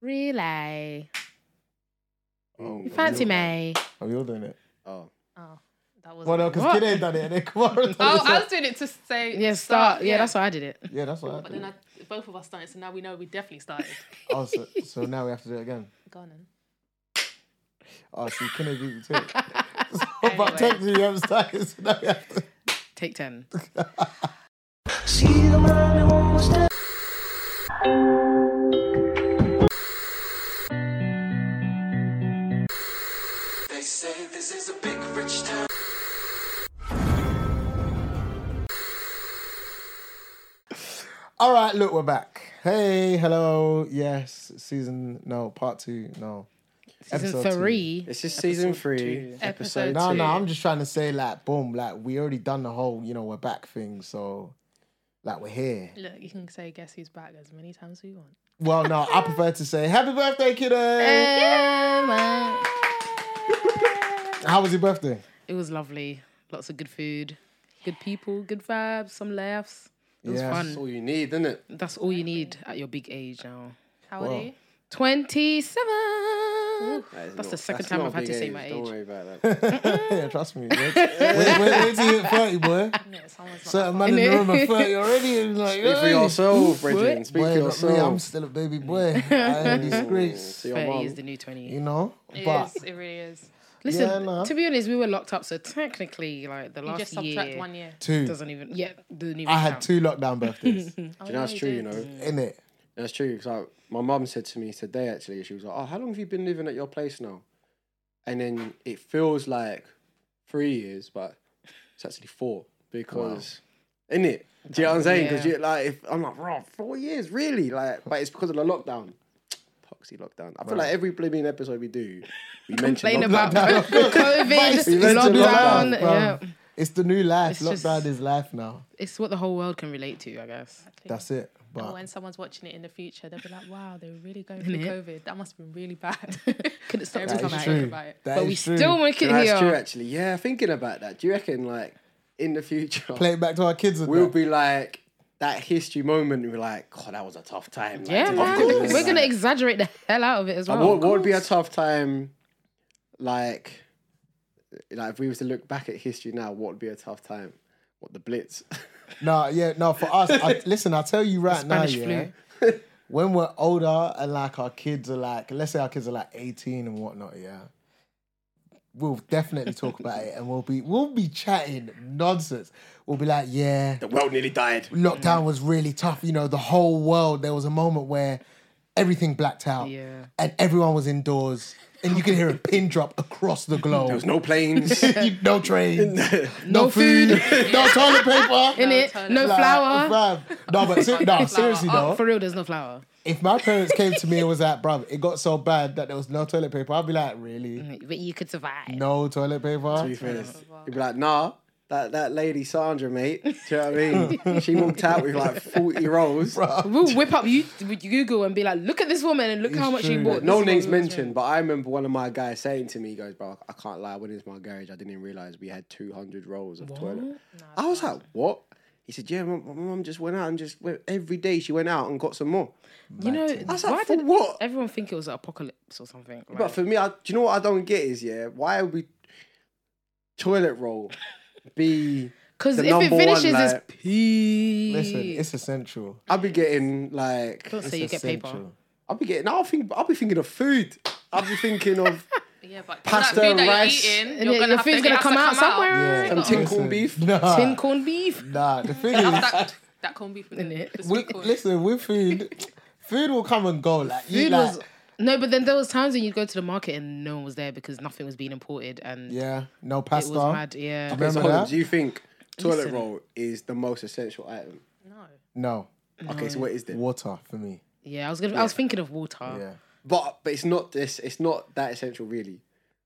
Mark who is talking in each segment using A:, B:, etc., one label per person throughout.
A: Relay.
B: Oh,
A: Fancy
B: you're-
A: May.
C: Are we all doing it?
B: Oh,
A: Oh, that was.
C: Well, no, because
A: What?
C: Kid ain't done it. And then Kamara done
D: Oh,
C: it.
D: I was doing it to say.
A: Yeah, start. Yeah, that's why I did it.
C: yeah, that's what
D: But then
C: happened.
D: I, both of us started, so now we know we definitely started.
C: Oh, so, so now we have to do it again.
D: Go on then.
C: Oh, so Kid ain't beat the too.
D: Anyway.
C: But technically, you haven't started, so now we have to.
A: Take ten.
E: They say this is a big rich town.
C: All right, look, we're back. Hey, hello. Yes, season, no, part two, no.
A: Season
C: Episode two.
A: three.
B: this is season three,
D: Episode
B: episode
C: No,
B: two.
C: no, I'm just trying to say, like, boom, like, we already done the whole, you know, we're back thing, so, like, we're here.
D: Look, you can say guess who's back as many times as you want.
C: Well, no, I prefer to say, happy birthday, kiddo.
A: Eh. Yeah.
C: How was your birthday?
A: It was lovely. Lots of good food, good people, good vibes, some laughs. It was
C: Yes.
A: fun.
B: That's all you need, isn't it?
A: That's all you need at your big age now.
D: How old
C: Well,
D: are you?
A: 27. That's the second time I've had to say my age.
B: Don't worry about that.
C: yeah, trust me. Wait, wait, wait, wait till you hit 30, boy.
D: No, someone's not.
C: Certain man in the
A: Innit?
C: room at 30 already. and Like,
B: Speak for
C: "Hey."
B: yourself, Bridget.
A: What?
C: Boy,
B: Speak for
C: not me, I'm
B: yourself.
C: still a baby boy. I ain't disgrace.
B: See your
A: 30 is
B: mum.
A: the new 20.
C: You know?
D: It
C: But
D: is, It really is.
A: Listen,
C: Yeah, nah.
A: to be honest, we were locked up, so technically, like the
D: You
A: last
D: just subtract
A: year
D: one year.
C: two.
A: doesn't even. Yeah, doesn't even
C: I had
A: count.
C: two lockdown birthdays.
D: Oh,
B: You know, that's
D: you
B: true, you
D: did.
B: know.
C: in it.
B: That's true. Because like, my mum said to me today, actually, she was like, "Oh, how long have you been living at your place now?" And then it feels like three years, but it's actually four because, in it. Do you know what I'm saying? Because
A: Yeah.
B: you're like, if, I'm like, "Rah, four years, really? Like, but it's because of the lockdown. Poxy lockdown. I feel like every blooming episode we do, we mention
A: Complain
B: lockdown.
A: about COVID,
C: it's the
A: lockdown.
C: lockdown,
A: yeah,
C: bruv. It's the new life.
A: It's just-
C: lockdown is life now.
A: it's what the whole world can relate to, I guess.
C: That's it.
D: And
C: But
D: when someone's watching it in the future, they'll be like, "Wow, they were really going through
A: Innit?
D: COVID. That must have been really bad."
A: Could it stop
D: Every
A: talking
C: that
D: time I
C: is
A: about
D: hear
C: true.
A: it?
D: about it.
C: That
A: But
C: is
A: we
C: true.
A: still make it
B: That's true,
A: here.
B: actually. Yeah, thinking about that. Do you reckon, like, in the future,
C: play it back to our kids. and
B: we'll
C: that.
B: be like that history moment. We're like, God, that was a tough time. Like,
A: Yeah,
B: to
A: man.
B: live this
A: we're gonna
B: life."
A: exaggerate the hell out of it as
B: Like,
A: well.
B: Uh, what, what would be a tough time? Like, like if we was to look back at history now, what would be a tough time? What the Blitz?
C: No, yeah, no. For us, I, listen. I tell you right now,
A: Spanish
C: yeah. when we're older and like our kids are like, let's say our kids are like eighteen and whatnot, yeah. We'll definitely talk about it, and we'll be we'll be chatting nonsense. We'll be like, yeah,
B: the world nearly died.
C: lockdown was really tough. You know, the whole world. There was a moment where everything blacked out,
A: Yeah.
C: and everyone was indoors, and you could hear a pin drop across the
B: There
C: globe.
B: was no planes.
C: You- no trains, no,
A: No
C: food, no toilet paper.
A: In it,
D: toilet.
A: no
C: Like,
A: flour.
C: bruv. No, but ser- no, seriously though,
A: For real, there's no flour.
C: if my parents came to me and was like, bruv, it got so bad that there was no toilet paper, I'd be like, really?
A: But you could survive.
C: No toilet
B: to be
C: paper?
B: fair, you'd be like, nah. That, that lady Sandra, mate. Do you know what I mean? She walked out with like forty rolls.
A: We'll whip up you with Google and be like, look at this woman and look
C: It's
A: how much she
C: true.
A: bought.
B: No
A: This
B: names
A: woman-
B: mentioned, but I remember one of my guys saying to me, he goes, bro, I can't lie, I went into my garage, I didn't realize we had 200 rolls of toilet. I was like, what? He said, yeah, my, my mum just went out and just went, every day she went out and got some more.
A: You know,
B: I was
A: why
B: like, for
A: did
B: what?
A: everyone think it was an apocalypse or something?
B: But for me, I, do you know what I don't get is, yeah, why would we toilet roll be,
A: Because
B: the
A: if it
B: number one,
A: finishes, it's
B: like-
A: peace.
C: Listen, it's essential.
B: I'll be getting like,
A: Don't say you get paper.
C: Essential.
B: I'll be getting, I'll think, I'll be thinking of food. I'll be thinking of
D: Yeah, but pasta,
B: Pasta,
D: that food that
B: rice,
D: you're eating,
A: And
D: you're
A: it-
D: gonna
A: your
D: have to-
A: food's
D: it
A: gonna
D: has
A: come
D: to
A: out somewhere.
C: Yeah.
B: some tin
C: Listen,
B: corn beef.
C: Nah,
B: Ah.
A: Tin corned beef.
C: nah, the thing
D: Have
C: is,
D: that, that corned beef with the,
A: Innit?
D: the
C: with,
D: sweet corn.
C: listen, with food, food will come and go. Like, you,
A: Food
C: like,
A: was no, but then there was times when you'd go to the market and no one was there because nothing was being imported and
C: yeah, no
A: it
C: pasta.
A: was mad. Yeah,
C: Remember
B: so,
C: that?
B: do you think toilet
A: Listen.
B: roll is the most essential item?
D: No.
C: No,
B: Okay, so what is it?
C: water for me.
A: yeah. I was gonna, I was thinking of water.
C: Yeah.
B: But but it's not this. It's not that essential, really.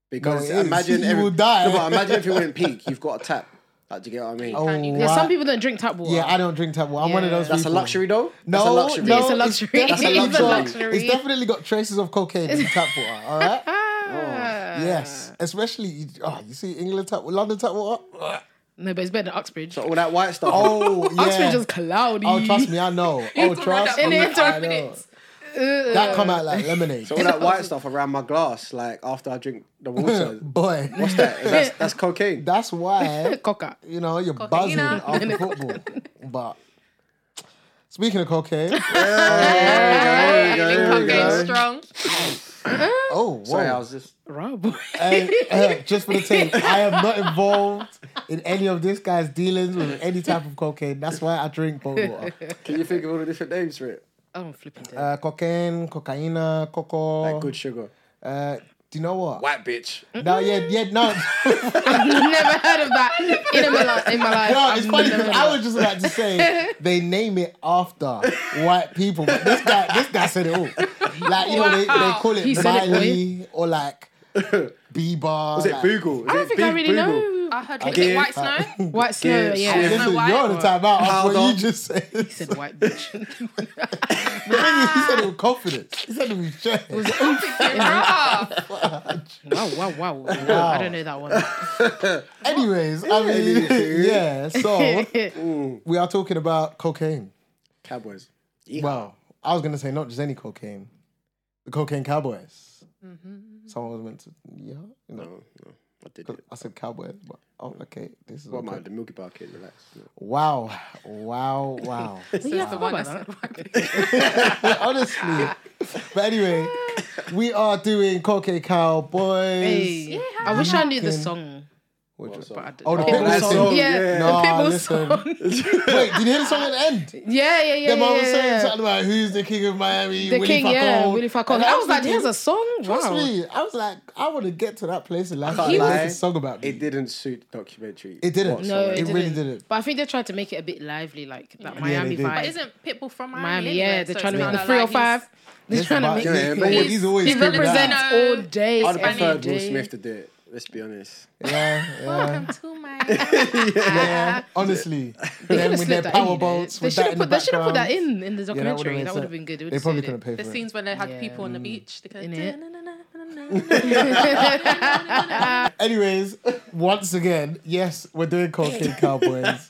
B: Because
C: it is.
B: imagine
C: You
B: every-
C: will die.
B: No, but imagine if you went peak, you've got a tap. Like, do you get what I mean?
C: Oh,
D: you-
A: Yeah, some
C: wow.
A: people don't drink tap water.
C: Yeah, I don't drink tap water. I'm one of
A: Yeah.
C: those.
B: That's a
C: people.
B: luxury, though.
C: No,
B: That's a luxury.
C: no,
A: It's a luxury.
C: It's,
B: That's a
C: definitely got-
A: luxury.
C: It's definitely got traces of cocaine in tap water. All right.
A: Ah.
C: Yes, especially oh, you see England tap, London tap water.
A: No, but it's better than Uxbridge.
B: So all that white stuff.
C: Oh yeah.
A: Uxbridge is cloudy.
C: oh, trust me, I know. Oh,
D: Run
C: trust
D: that
C: me,
D: in
C: I
D: 12
C: know.
D: minutes.
C: That come out like lemonade.
B: So all that white stuff around my glass, like after I drink the water,
C: Boy,
B: what's that? That's, that's cocaine.
C: that's why
A: Coca.
C: you know you're buzzing
D: Cocaina.
C: after football. But speaking of cocaine,
B: There we go,
D: Feeling
B: there we
D: cocaine
B: go.
D: strong.
C: oh whoa.
B: Sorry, I was just.
A: Right, boy.
C: Hey, uh, just for the tape, I am not involved in any of this guy's dealings with any type of cocaine. That's why I drink boat water.
B: Can you think of all the different names for it?
A: I'm flipping dead.
C: Uh, cocaine, cocaina, coco.
B: Like good sugar,
C: Uh, do you know what?
B: white bitch.
C: No, yeah, yeah, no.
A: I've never heard of that in my life. In my life.
C: No,
A: I've
C: it's funny
A: never heard
C: because I
A: of
C: was just about to say they name it after white people, but this guy, this guy said it all. Like you know, they, they call
A: He
C: it
A: said it, boy.
C: Miley or like Bieber.
B: Was it
C: like-
B: Boogle?
A: that. I don't
B: Is it
A: think I
B: Big
A: really
B: Boogle?
A: know.
D: I heard was
B: Again.
D: it white snow?
A: White snow,
B: Gibbs.
A: yeah.
B: Gibbs.
D: don't
C: Listen,
D: know why.
C: you're on the time out after
B: Hold
C: what
B: on.
C: you just said. He
A: He said white bitch.
C: said it with confidence. He said Ah. it with strength.
D: Bruh.
A: wow, wow, wow, wow. I don't know that one.
C: Anyways, I mean,
B: Anywho.
C: yeah. So we are talking about cocaine.
B: Cowboys.
C: Well, I was gonna say not just any cocaine, the cocaine cowboys. Someone was meant to, yeah, you know.
B: No, Oh, no, I did
C: Cause
B: it.
C: I said cowboys, but oh, okay, this is
B: What am I?
C: okay.
B: The Milky Bar kid. Relax. No.
C: Wow, wow, wow.
A: yeah, I
D: The
A: forgot
D: one I
A: about
D: said
A: that.
D: white bitch.
C: Honestly, but anyway, we are doing cocaine cowboys.
A: Hey, I wish I knew the song.
C: Which-
A: But I don't.
C: Oh, the
B: Oh,
C: Pitbull
B: that
C: song.
B: song,
A: Yeah,
B: yeah.
A: the
C: No,
A: Pitbull
C: listen.
A: song.
C: Wait, did you hear the song at the end? Yeah,
A: Yeah, yeah, yeah.
C: yeah,
A: yeah,
C: was
A: yeah,
C: saying
A: yeah.
C: something about who's the king of Miami,
A: The
C: Willie
A: King,
C: Falcone.
A: yeah, Willie Falcone.
C: And
A: I was like,
C: thinking,
A: there's a song?
C: Trust
A: Wow.
C: me, I was like, I want to get to that place in life.
B: can't
C: He
B: lie.
C: a song about me.
B: It didn't suit the documentary.
C: It didn't.
A: No, it,
B: whatsoever.
C: It
A: didn't.
C: really didn't.
A: But I think they tried to make it a bit lively, like that
C: they
A: Miami
C: did.
A: vibe.
D: But isn't Pitbull from Miami?
A: Miami,
D: anyway?
A: yeah, they're
D: So
A: trying to
D: it's
A: make the
D: kinda
A: three or
D: like he's-
A: five. They're trying to
C: about-
A: make
C: yeah,
A: it.
B: but
C: he's always
A: he
C: screaming that.
A: represents all day.
B: I'd
A: any
B: preferred Will
A: day.
B: Smith to do it. Let's be honest.
C: Yeah, yeah.
D: Welcome to Miami.
C: yeah. Honestly,
A: They should have
C: them with their
A: slipped that in. you
C: power
A: know.
C: boats,
A: They
C: with
A: should
C: that
A: have
C: in the
A: put. They should have put that
C: background.
A: in in the
C: Yeah, that would've
A: documentary.
C: made
A: that would have been good. It
C: They
A: would've
C: probably
A: suited.
C: couldn't pay for
D: the
C: it.
D: scenes when they had
A: Yeah.
D: people on the beach. They go,
A: Innit?
C: Anyways, once again, yes, we're doing Cocaine Cowboys.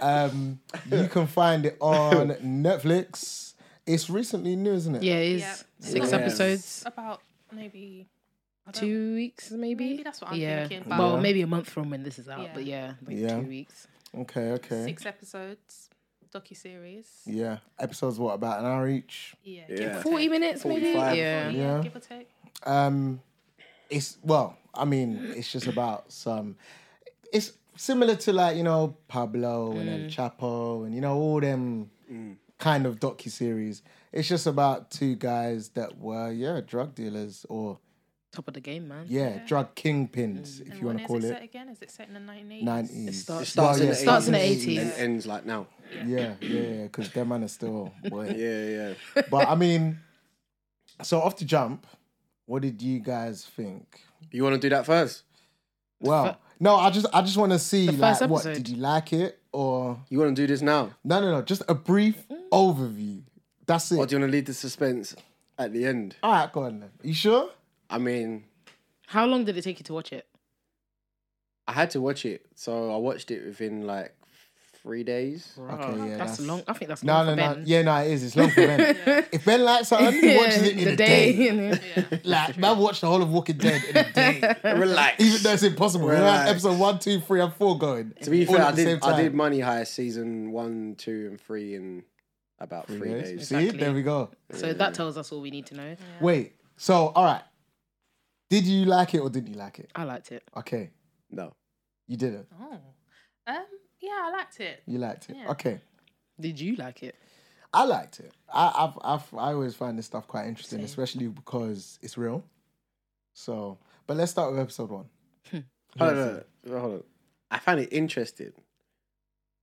C: Um, you can find it on Netflix. It's recently new, isn't it?
A: Yeah, it is
D: Yeah.
A: six
B: Yeah.
A: episodes,
D: About maybe
A: two weeks maybe.
D: Maybe that's what I'm
A: yeah.
D: thinking, but-
A: Well, maybe a month from when this is out,
D: Yeah.
A: but yeah, like
C: Yeah.
A: two weeks.
C: Okay, okay.
D: six episodes, docu series.
C: Yeah. Episodes, what, about an hour each?
D: Yeah.
B: Yeah.
A: Forty minutes, maybe.
B: 45,
A: Yeah.
D: Give,
A: yeah.
C: Yeah.
D: yeah. give or take.
C: Um, it's, well, I mean, it's just about some, it's similar to like, you know, Pablo and
D: Mm.
C: El Chapo and, you know, all them kind of docu-series. It's just about two guys that were, yeah, drug dealers or
A: Top of the game, man.
C: yeah, drug kingpins, if
D: Mm. And
C: you want
D: when
C: to
D: is
C: call
D: it
C: it.
D: set again? Is it set in the 1980s?
C: 90s.
A: starts- It
B: starts in the
A: starts in the
B: 80s.
A: 80s.
B: And ends like now.
C: Yeah, yeah, yeah, because their man is still. Boy.
B: Yeah, yeah.
C: But I mean, so off the jump, what did you guys think?
B: You want to do that first?
C: Well, no, I just I just want to see
A: The
C: like
A: first
C: what
A: episode.
C: did you like it or
B: You want to do this now?
C: no no no just a brief overview. That's it.
B: Or do you want to lead the suspense at the end?
C: All right, go on. Then. You sure?
B: I mean,
A: How long did it take you to watch it?
B: I had to watch it, so I watched it within like three days.
C: Okay, yeah,
A: that's,
C: that's-
A: long. I think that's
C: No
A: long
C: no
A: for
C: no.
A: Ben.
C: Yeah no, it is. It's long for Ben. If Ben likes something, he watches it in
A: the
C: a day.
D: Yeah.
C: Like man watched the whole of Walking Dead in a day.
B: Relax.
C: Even though it's impossible. We're on
B: Relax.
C: episode one, two, three, and four going.
B: to be
C: all
B: fair,
C: at
B: I
C: the same
B: did, I
C: time.
B: did Money Heist season one, two, and three in about three,
C: Yes,
B: days.
C: See,
A: Exactly.
C: there we go.
A: So that tells us all we need to know.
C: Wait, so all right. Did you like it or didn't you like it?
A: I liked it.
C: Okay,
B: No.
C: you didn't.
D: Oh. Um, yeah, I liked it.
C: You liked it.
D: Yeah.
C: Okay,
A: Did you like it?
C: I liked it. I I've, I've, I always find this stuff quite interesting, especially because it's real. So, but let's start with episode one.
B: Hold on, hold on, hold on. I found it interesting,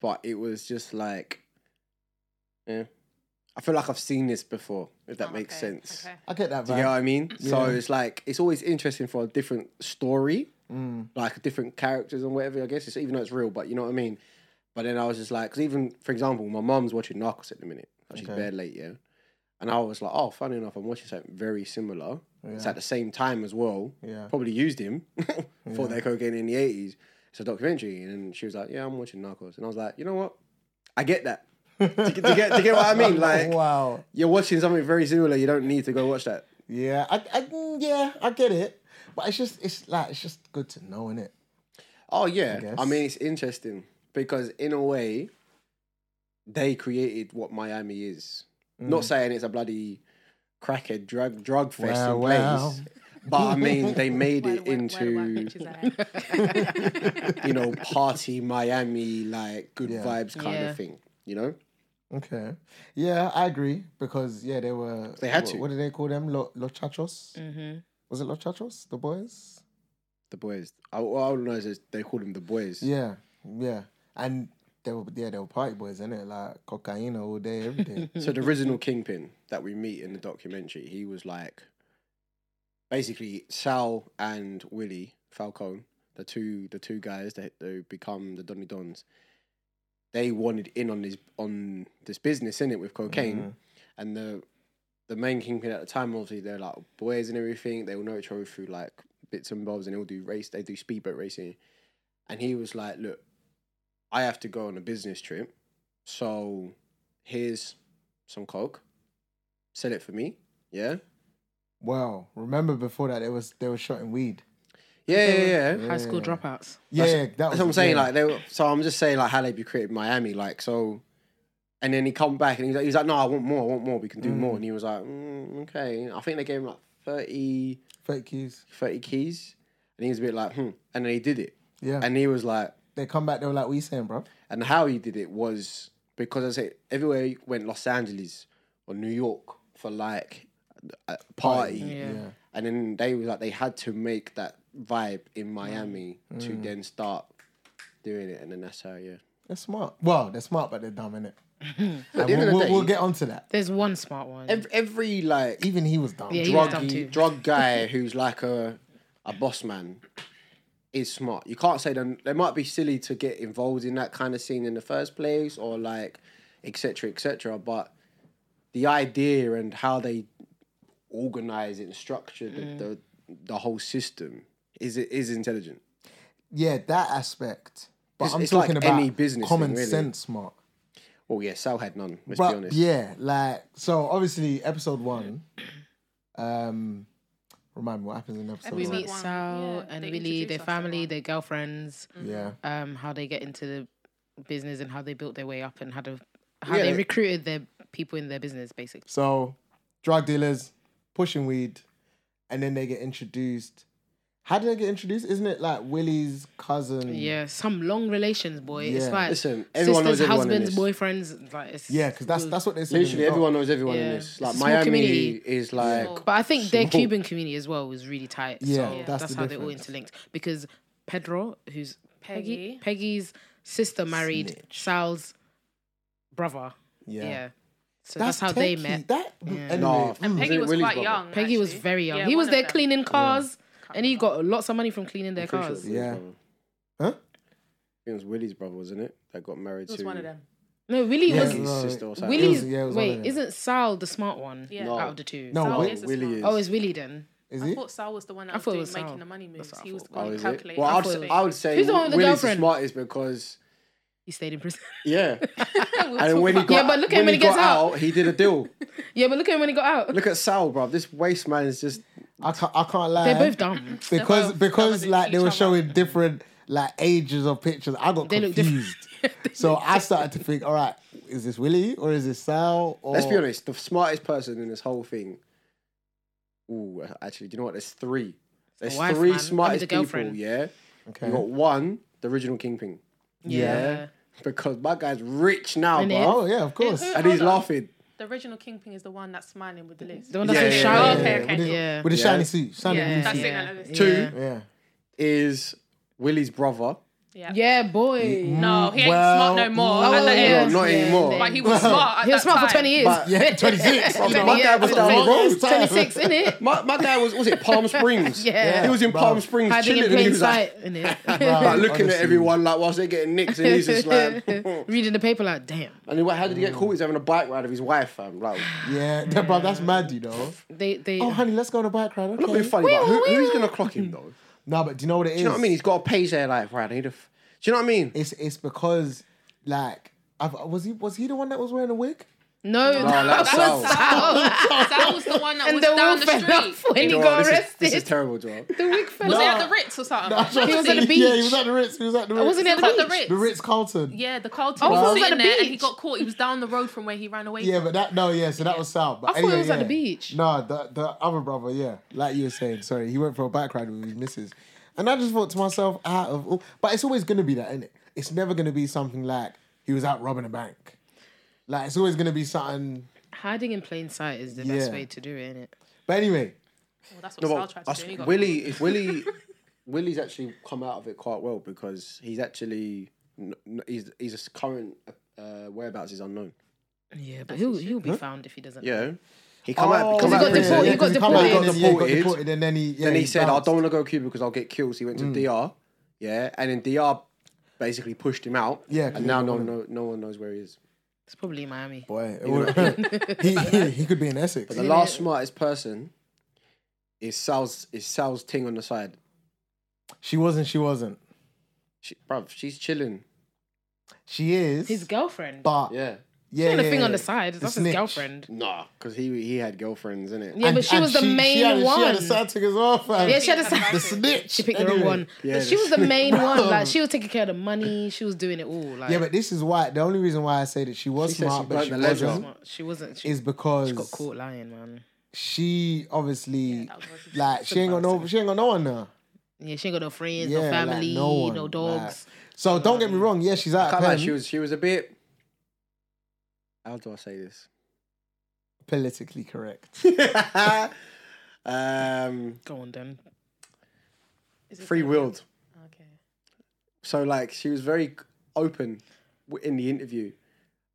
B: but it was just like, yeah. I feel like I've seen this before, if that
D: Oh,
B: makes
D: okay,
B: sense.
D: Okay.
C: I get that
B: Do you get what
C: vibe.
B: I mean? So
C: Mm. Yeah.
B: it's like it's always interesting for a different story,
C: Mm.
B: like different characters and whatever. I guess it's even though it's real, but you know what I mean. But then I was just like, because even for example, my mum's watching Narcos at the minute. Like, She's
C: Okay.
B: bed late, yeah. And I was like, oh, funny enough, I'm watching something very similar. It's
C: Yeah.
B: at the same time as well
C: Yeah.
B: probably used him for their cocaine in the eighties. It's a documentary, and she was like, "Yeah, I'm watching Narcos," and I was like, "You know what? I get that. to, get- to get to get what I mean? Like
C: wow.
B: you're watching something very similar. You don't need to go watch that.
C: Yeah, I, I mm, yeah, I get it. But it's just it's like it's just good to know, innit?
B: Oh
C: I
B: yeah,
C: guess.
B: I, mean it's interesting because in a way, they created what Miami is.
C: Mm.
B: Not saying it's a bloody crackhead drug drug fest
C: Wow,
B: in
C: wow.
B: place, but I mean they made
D: Where,
B: it
D: where,
B: into
D: where the white pictures are at.
B: you know party Miami like good
C: Yeah.
B: vibes kind
A: Yeah.
B: of thing. You know,
C: Okay. Yeah, I agree because yeah, they were
B: They had
C: what,
B: to.
C: What did they call them? Lo, Los Chachos?
A: Mm-hmm.
C: Was it Los Chachos? The boys?
B: the boys. I, all I know is they call them the boys.
C: Yeah, yeah, and they were yeah they were party boys, innit? Like cocaine all day, every day.
B: So the original kingpin that we meet in the documentary, he was like basically Sal and Willie Falcone, the two the two guys that who become the Donny Dons. They wanted in on this on this business in it with cocaine, and the the main kingpin at the time obviously they're like boys and everything. They all know each other through like bits and bobs, and they all do race. They do speedboat racing, and he was like, "Look, I have to go on a business trip, so here's some coke. Sell it for me. Yeah.
C: Wow. Remember before that they was they were shooting weed.
B: Yeah, yeah, yeah.
A: Mm-hmm. High school dropouts.
C: Yeah,
B: That's-
C: that was
B: That's what I'm saying.
C: yeah.
B: Like, they were, so I'm just saying, like, how they created Miami, like, so. And then he come back and he was like, he was like, no, I want more, I want more. We can do more. And he was like, mm, okay. I think they gave him like 30,
C: fake keys.
B: 30 keys, and he was a bit like, hmm. And then he did it,
C: Yeah,
B: and he was like,
C: they come back. They were like, "What you saying, bro?"
B: and how he did it was because I say everywhere he went, Los Angeles or New York for like a party,
A: Yeah.
C: Yeah.
B: and then they was like they had to make that vibe in Miami to then start doing it, and then that's how yeah.
C: They're smart. Well, they're smart, but they're dumb, innit?
B: But at
C: we'll,
B: the end of the
C: we'll,
B: day,
C: we'll get onto that.
A: There's one smart one.
B: ev- every like
C: Even he was dumb.
A: Yeah, he was dumb too.
B: druggy drug guy who's like a a boss man is smart. You can't say them. They might be silly to get involved in that kind of scene in the first place, or like etc. Cetera, etc. Cetera, but the idea and how they organize it and structure the,
A: Mm.
B: the the whole system is is intelligent.
C: Yeah, that aspect. But
B: It's-
C: I'm
B: it's like
C: talking about
B: any business
C: common
B: thing, really.
C: sense smart.
B: Well, yeah, Sal had none. Let's be
C: But
B: honest.
C: yeah, like so obviously episode one. Um remind me what happens in episode
A: we
D: Episode
C: one.
A: meet
D: one.
A: Sal
D: Yeah,
A: and
D: they
A: Willie,
D: introduce
A: their
D: us to
A: family,
D: one. Mm-hmm.
A: their girlfriends,
C: Yeah.
A: um, how they get into the business and how they built their way up and how to how
B: Yeah,
A: they
B: they-
A: recruited their people in their business basically.
C: So drug dealers pushing weed and then they get introduced. How did they get introduced? Isn't it like Willie's cousin?
A: Yeah, some long relations, boy. It's
C: Yeah.
A: like
B: Listen, everyone knows
A: sisters,
B: everyone in
A: husbands,
B: this.
A: boyfriends. Like it's
C: Yeah, because that's that's what they said. in
B: Literally,
C: the doc.
B: everyone knows everyone in
A: Yeah.
B: this. Like
A: Small
B: Miami
A: community.
B: is like
A: But I think their
B: Small.
A: Cuban community as well was really tight.
C: Yeah,
A: so
C: Yeah.
A: that's,
C: that's the
A: how they all
C: difference.
A: interlinked. Because Pedro, who's Peggy,
D: Peggy.
A: Peggy's sister married Sal's brother. Yeah.
C: Yeah.
A: So that's, how they
C: techie.
A: met.
C: That
A: Yeah.
C: anyway,
B: No,
C: mm,
D: Peggy was
B: Willie's
D: quite
B: brother.
D: young.
A: Peggy was
D: actually.
A: very young.
D: Yeah,
A: he was
D: one of
A: there
D: them.
A: cleaning cars and he
D: remember.
A: got lots of money from cleaning their
B: I'm pretty sure
A: cars.
B: it's Willie's
C: Yeah.
B: brother.
C: Huh?
B: It was Willie's brother, wasn't it? That got married
D: It was
B: to
D: one of them.
A: No, Willie
C: Yeah,
A: was
C: it
B: His
C: right.
B: sister or something.
C: Willie-
A: Willie's
C: yeah, it was one of
A: wait,
C: them.
A: isn't Sal the smart one
D: Yeah.
B: No.
A: out of the two?
C: No,
D: Sal
C: Will-
D: is the
B: Willie
D: smart.
B: is.
A: Oh, it's Willie then.
C: is
D: I
C: he?
D: thought Sal was the one
A: I
D: that was
A: thought it
D: doing,
A: was Sal.
D: making the money moves.
A: That's what I
D: He was
A: thought.
D: the
B: Oh,
D: one
B: is it?
D: calculating.
B: Well, I'd,
A: thought
B: s-
A: it-
B: I would say
A: Who's the one with the
B: Willie's the
A: girlfriend?
B: smartest because
A: He stayed in prison.
B: yeah. and when he got
A: Yeah, but look at him when he
B: got
A: gets out.
B: he did a deal.
A: yeah, but look at him when he got out.
B: look at Sal, bro. This waste man is just
C: I can't, I can't lie.
A: They're both dumb.
C: because
D: both
C: because
D: covered in
C: like they were
D: each other.
C: showing different like ages of pictures. I got
A: They look
C: confused. so I started to think, all right, is this Willie or is this Sal? Or
B: let's be honest, the smartest person in this whole thing. Ooh, actually, do you know what? There's three. There's
A: wife,
B: three
A: man. I mean,
B: smartest
A: the
B: people.
A: girlfriend.
B: Yeah,
C: Okay.
B: you got one, the original kingpin,
A: yeah.
B: because my guy's rich now,
A: Innit?
B: bro,
C: Oh yeah, of course.
D: Yeah,
B: and he's
D: Hold on.
B: laughing.
D: The original Kingpin is the one that's smiling with the list.
A: The one that's
B: Yeah,
A: so
B: yeah,
A: shy.
D: yeah, yeah. Okay,
C: With
D: okay.
C: the,
A: Oh, Yeah.
C: with the
B: Yeah.
C: shiny suit, shiny
D: Yeah,
C: blue
D: that's
C: suit.
D: it.
B: Two.
C: Yeah.
B: Is Willie's brother?
D: Yeah.
A: Yeah, boy.
D: No, he ain't
C: Well,
D: smart no more.
A: Oh,
D: at the
A: yeah.
D: end.
B: Not anymore.
D: But he was smart. At
A: He was
D: that
A: smart for
D: time.
A: 20 years.
B: But-
C: Yeah, twenty six.
B: Bro, my guy was
A: yeah,
B: down the road.
A: 26, innit?
B: My, my guy was was it Palm Springs?
A: Yeah.
B: he was in
C: Bro.
B: Palm Springs
A: Hiding
B: chilling,
A: in
B: and he
A: plain
B: was like,
A: sight, innit?
B: like looking at
C: Honestly.
B: everyone like whilst they're getting nicks, and he's just like, and
A: Reading the paper, like, damn.
B: then what? How did he get caught? He's having a bike ride with his wife, fam. Like,
C: Yeah, that- bro, that's mad, you know.
A: They, they,
C: Oh, honey, let's go on a bike ride.
B: not being
C: Okay.
B: funny, but who, who's gonna clock him though?
C: No, but do you know what it is?
B: Do you know what I mean? He's got to pay his air like right. Who the f- Do you know what I mean?
C: It's it's because like I've, was he was he the one that was wearing a wig?
A: No,
B: No, that's Sal.
D: Sal. Sal was the one that
A: And
D: was
A: the
D: down
A: wig
D: the
A: fell off
D: street.
A: when he
B: Joel,
A: got
B: this, is,
A: arrested.
B: this is terrible, Joel.
A: the wig fell
D: Was
A: off.
D: he at the Ritz or something?
A: He was at the
C: Yeah, he
A: beach. Oh,
C: was at the Ritz. He was at the Ritz.
A: wasn't he at
D: He was
A: the
D: at the
A: beach?
D: Ritz.
C: the Ritz Carlton.
D: Yeah, the Carlton
A: Oh,
D: was,
A: he was at
D: sitting
A: the
D: there and he
A: beach.
D: got caught. He was down the road from where he ran away.
C: Yeah,
D: from.
C: but that no, yeah. So that was Sal. But
A: I thought he
C: anyway,
A: was at the
C: yeah.
A: beach.
C: No, the the other brother. Yeah, like you were saying. Sorry, he went for a bike ride with his missus, and I just thought to myself, out of all, but it's always gonna be that, isn't it? It's never gonna be something like he was out robbing a bank. Like it's always gonna be something.
A: Hiding in plain sight is the best
C: Yeah.
A: way to do it, isn't it?
C: But anyway,
D: well, that's what
B: No,
D: Sal
B: but
D: tried
B: I
D: to do.
B: s-
D: and he got
B: Willie, if Willie, Willie's actually come out of it quite well because he's actually n- n- he's he's his current uh, whereabouts is unknown.
A: Yeah, but he'll he'll be found if he doesn't.
B: Yeah, he come out.
C: Oh,
B: Come
A: he
B: out
A: got
B: of prison,
A: deported- he got
C: yeah, 'cause come out,
A: deported.
C: and then, yeah, he got
B: Deported.
C: deported, and then he yeah,
B: Then he, said, "I
C: bounced.
B: don't want to go to Cuba because I'll get killed." So he went
C: Mm.
B: to DR. Yeah, and then DR basically pushed him out.
C: Yeah, 'cause
B: and
C: he
B: now
C: didn't
B: no
C: want
B: no no one knows where he is.
A: It's probably Miami.
C: Boy, it would- he, he he could be in Essex.
B: The last smartest person is Sal's is Sal's ting on the side.
C: She wasn't. She wasn't.
B: She, bruv, she's chilling.
C: She is.
A: His girlfriend.
C: but yeah,
B: Yeah.
C: yeah,
A: Doing a
C: yeah,
A: thing on the
C: yeah.
A: side. That's his
C: snitch.
A: girlfriend.
B: Nah, because he he had girlfriends in it.
A: Yeah, but she was the main
C: she had,
A: one.
C: She had a side chick as well, fam.
A: Yeah, she had a
C: the
A: side.
C: snitch.
A: She picked the wrong
C: Anyway.
A: one.
B: Yeah,
A: but
B: the
A: she was the
B: snitch.
A: main one. Like she was taking care of the money. She was doing it all. Like
C: Yeah, but this is why the only reason why I say that she was
B: She said
C: smart,
B: she
C: but
B: burnt
C: she
B: the ledger.
C: wasn't,
A: Smart. she wasn't. She,
C: is because
A: she got caught lying, man.
C: she obviously
D: that was racist.
C: like she ain't got no she ain't got no one now.
A: Yeah, she ain't got no friends,
C: Yeah,
A: no
C: like,
A: family,
C: no, one,
A: no dogs.
C: like. so don't get me wrong. Yeah, she's out. of
B: Can't lie,
C: pen,
B: she was she was a bit. How do I say this?
C: politically correct.
B: um,
A: Go on, then.
D: Is it
B: free willed.
D: Okay.
B: So like she was very open w- in the interview,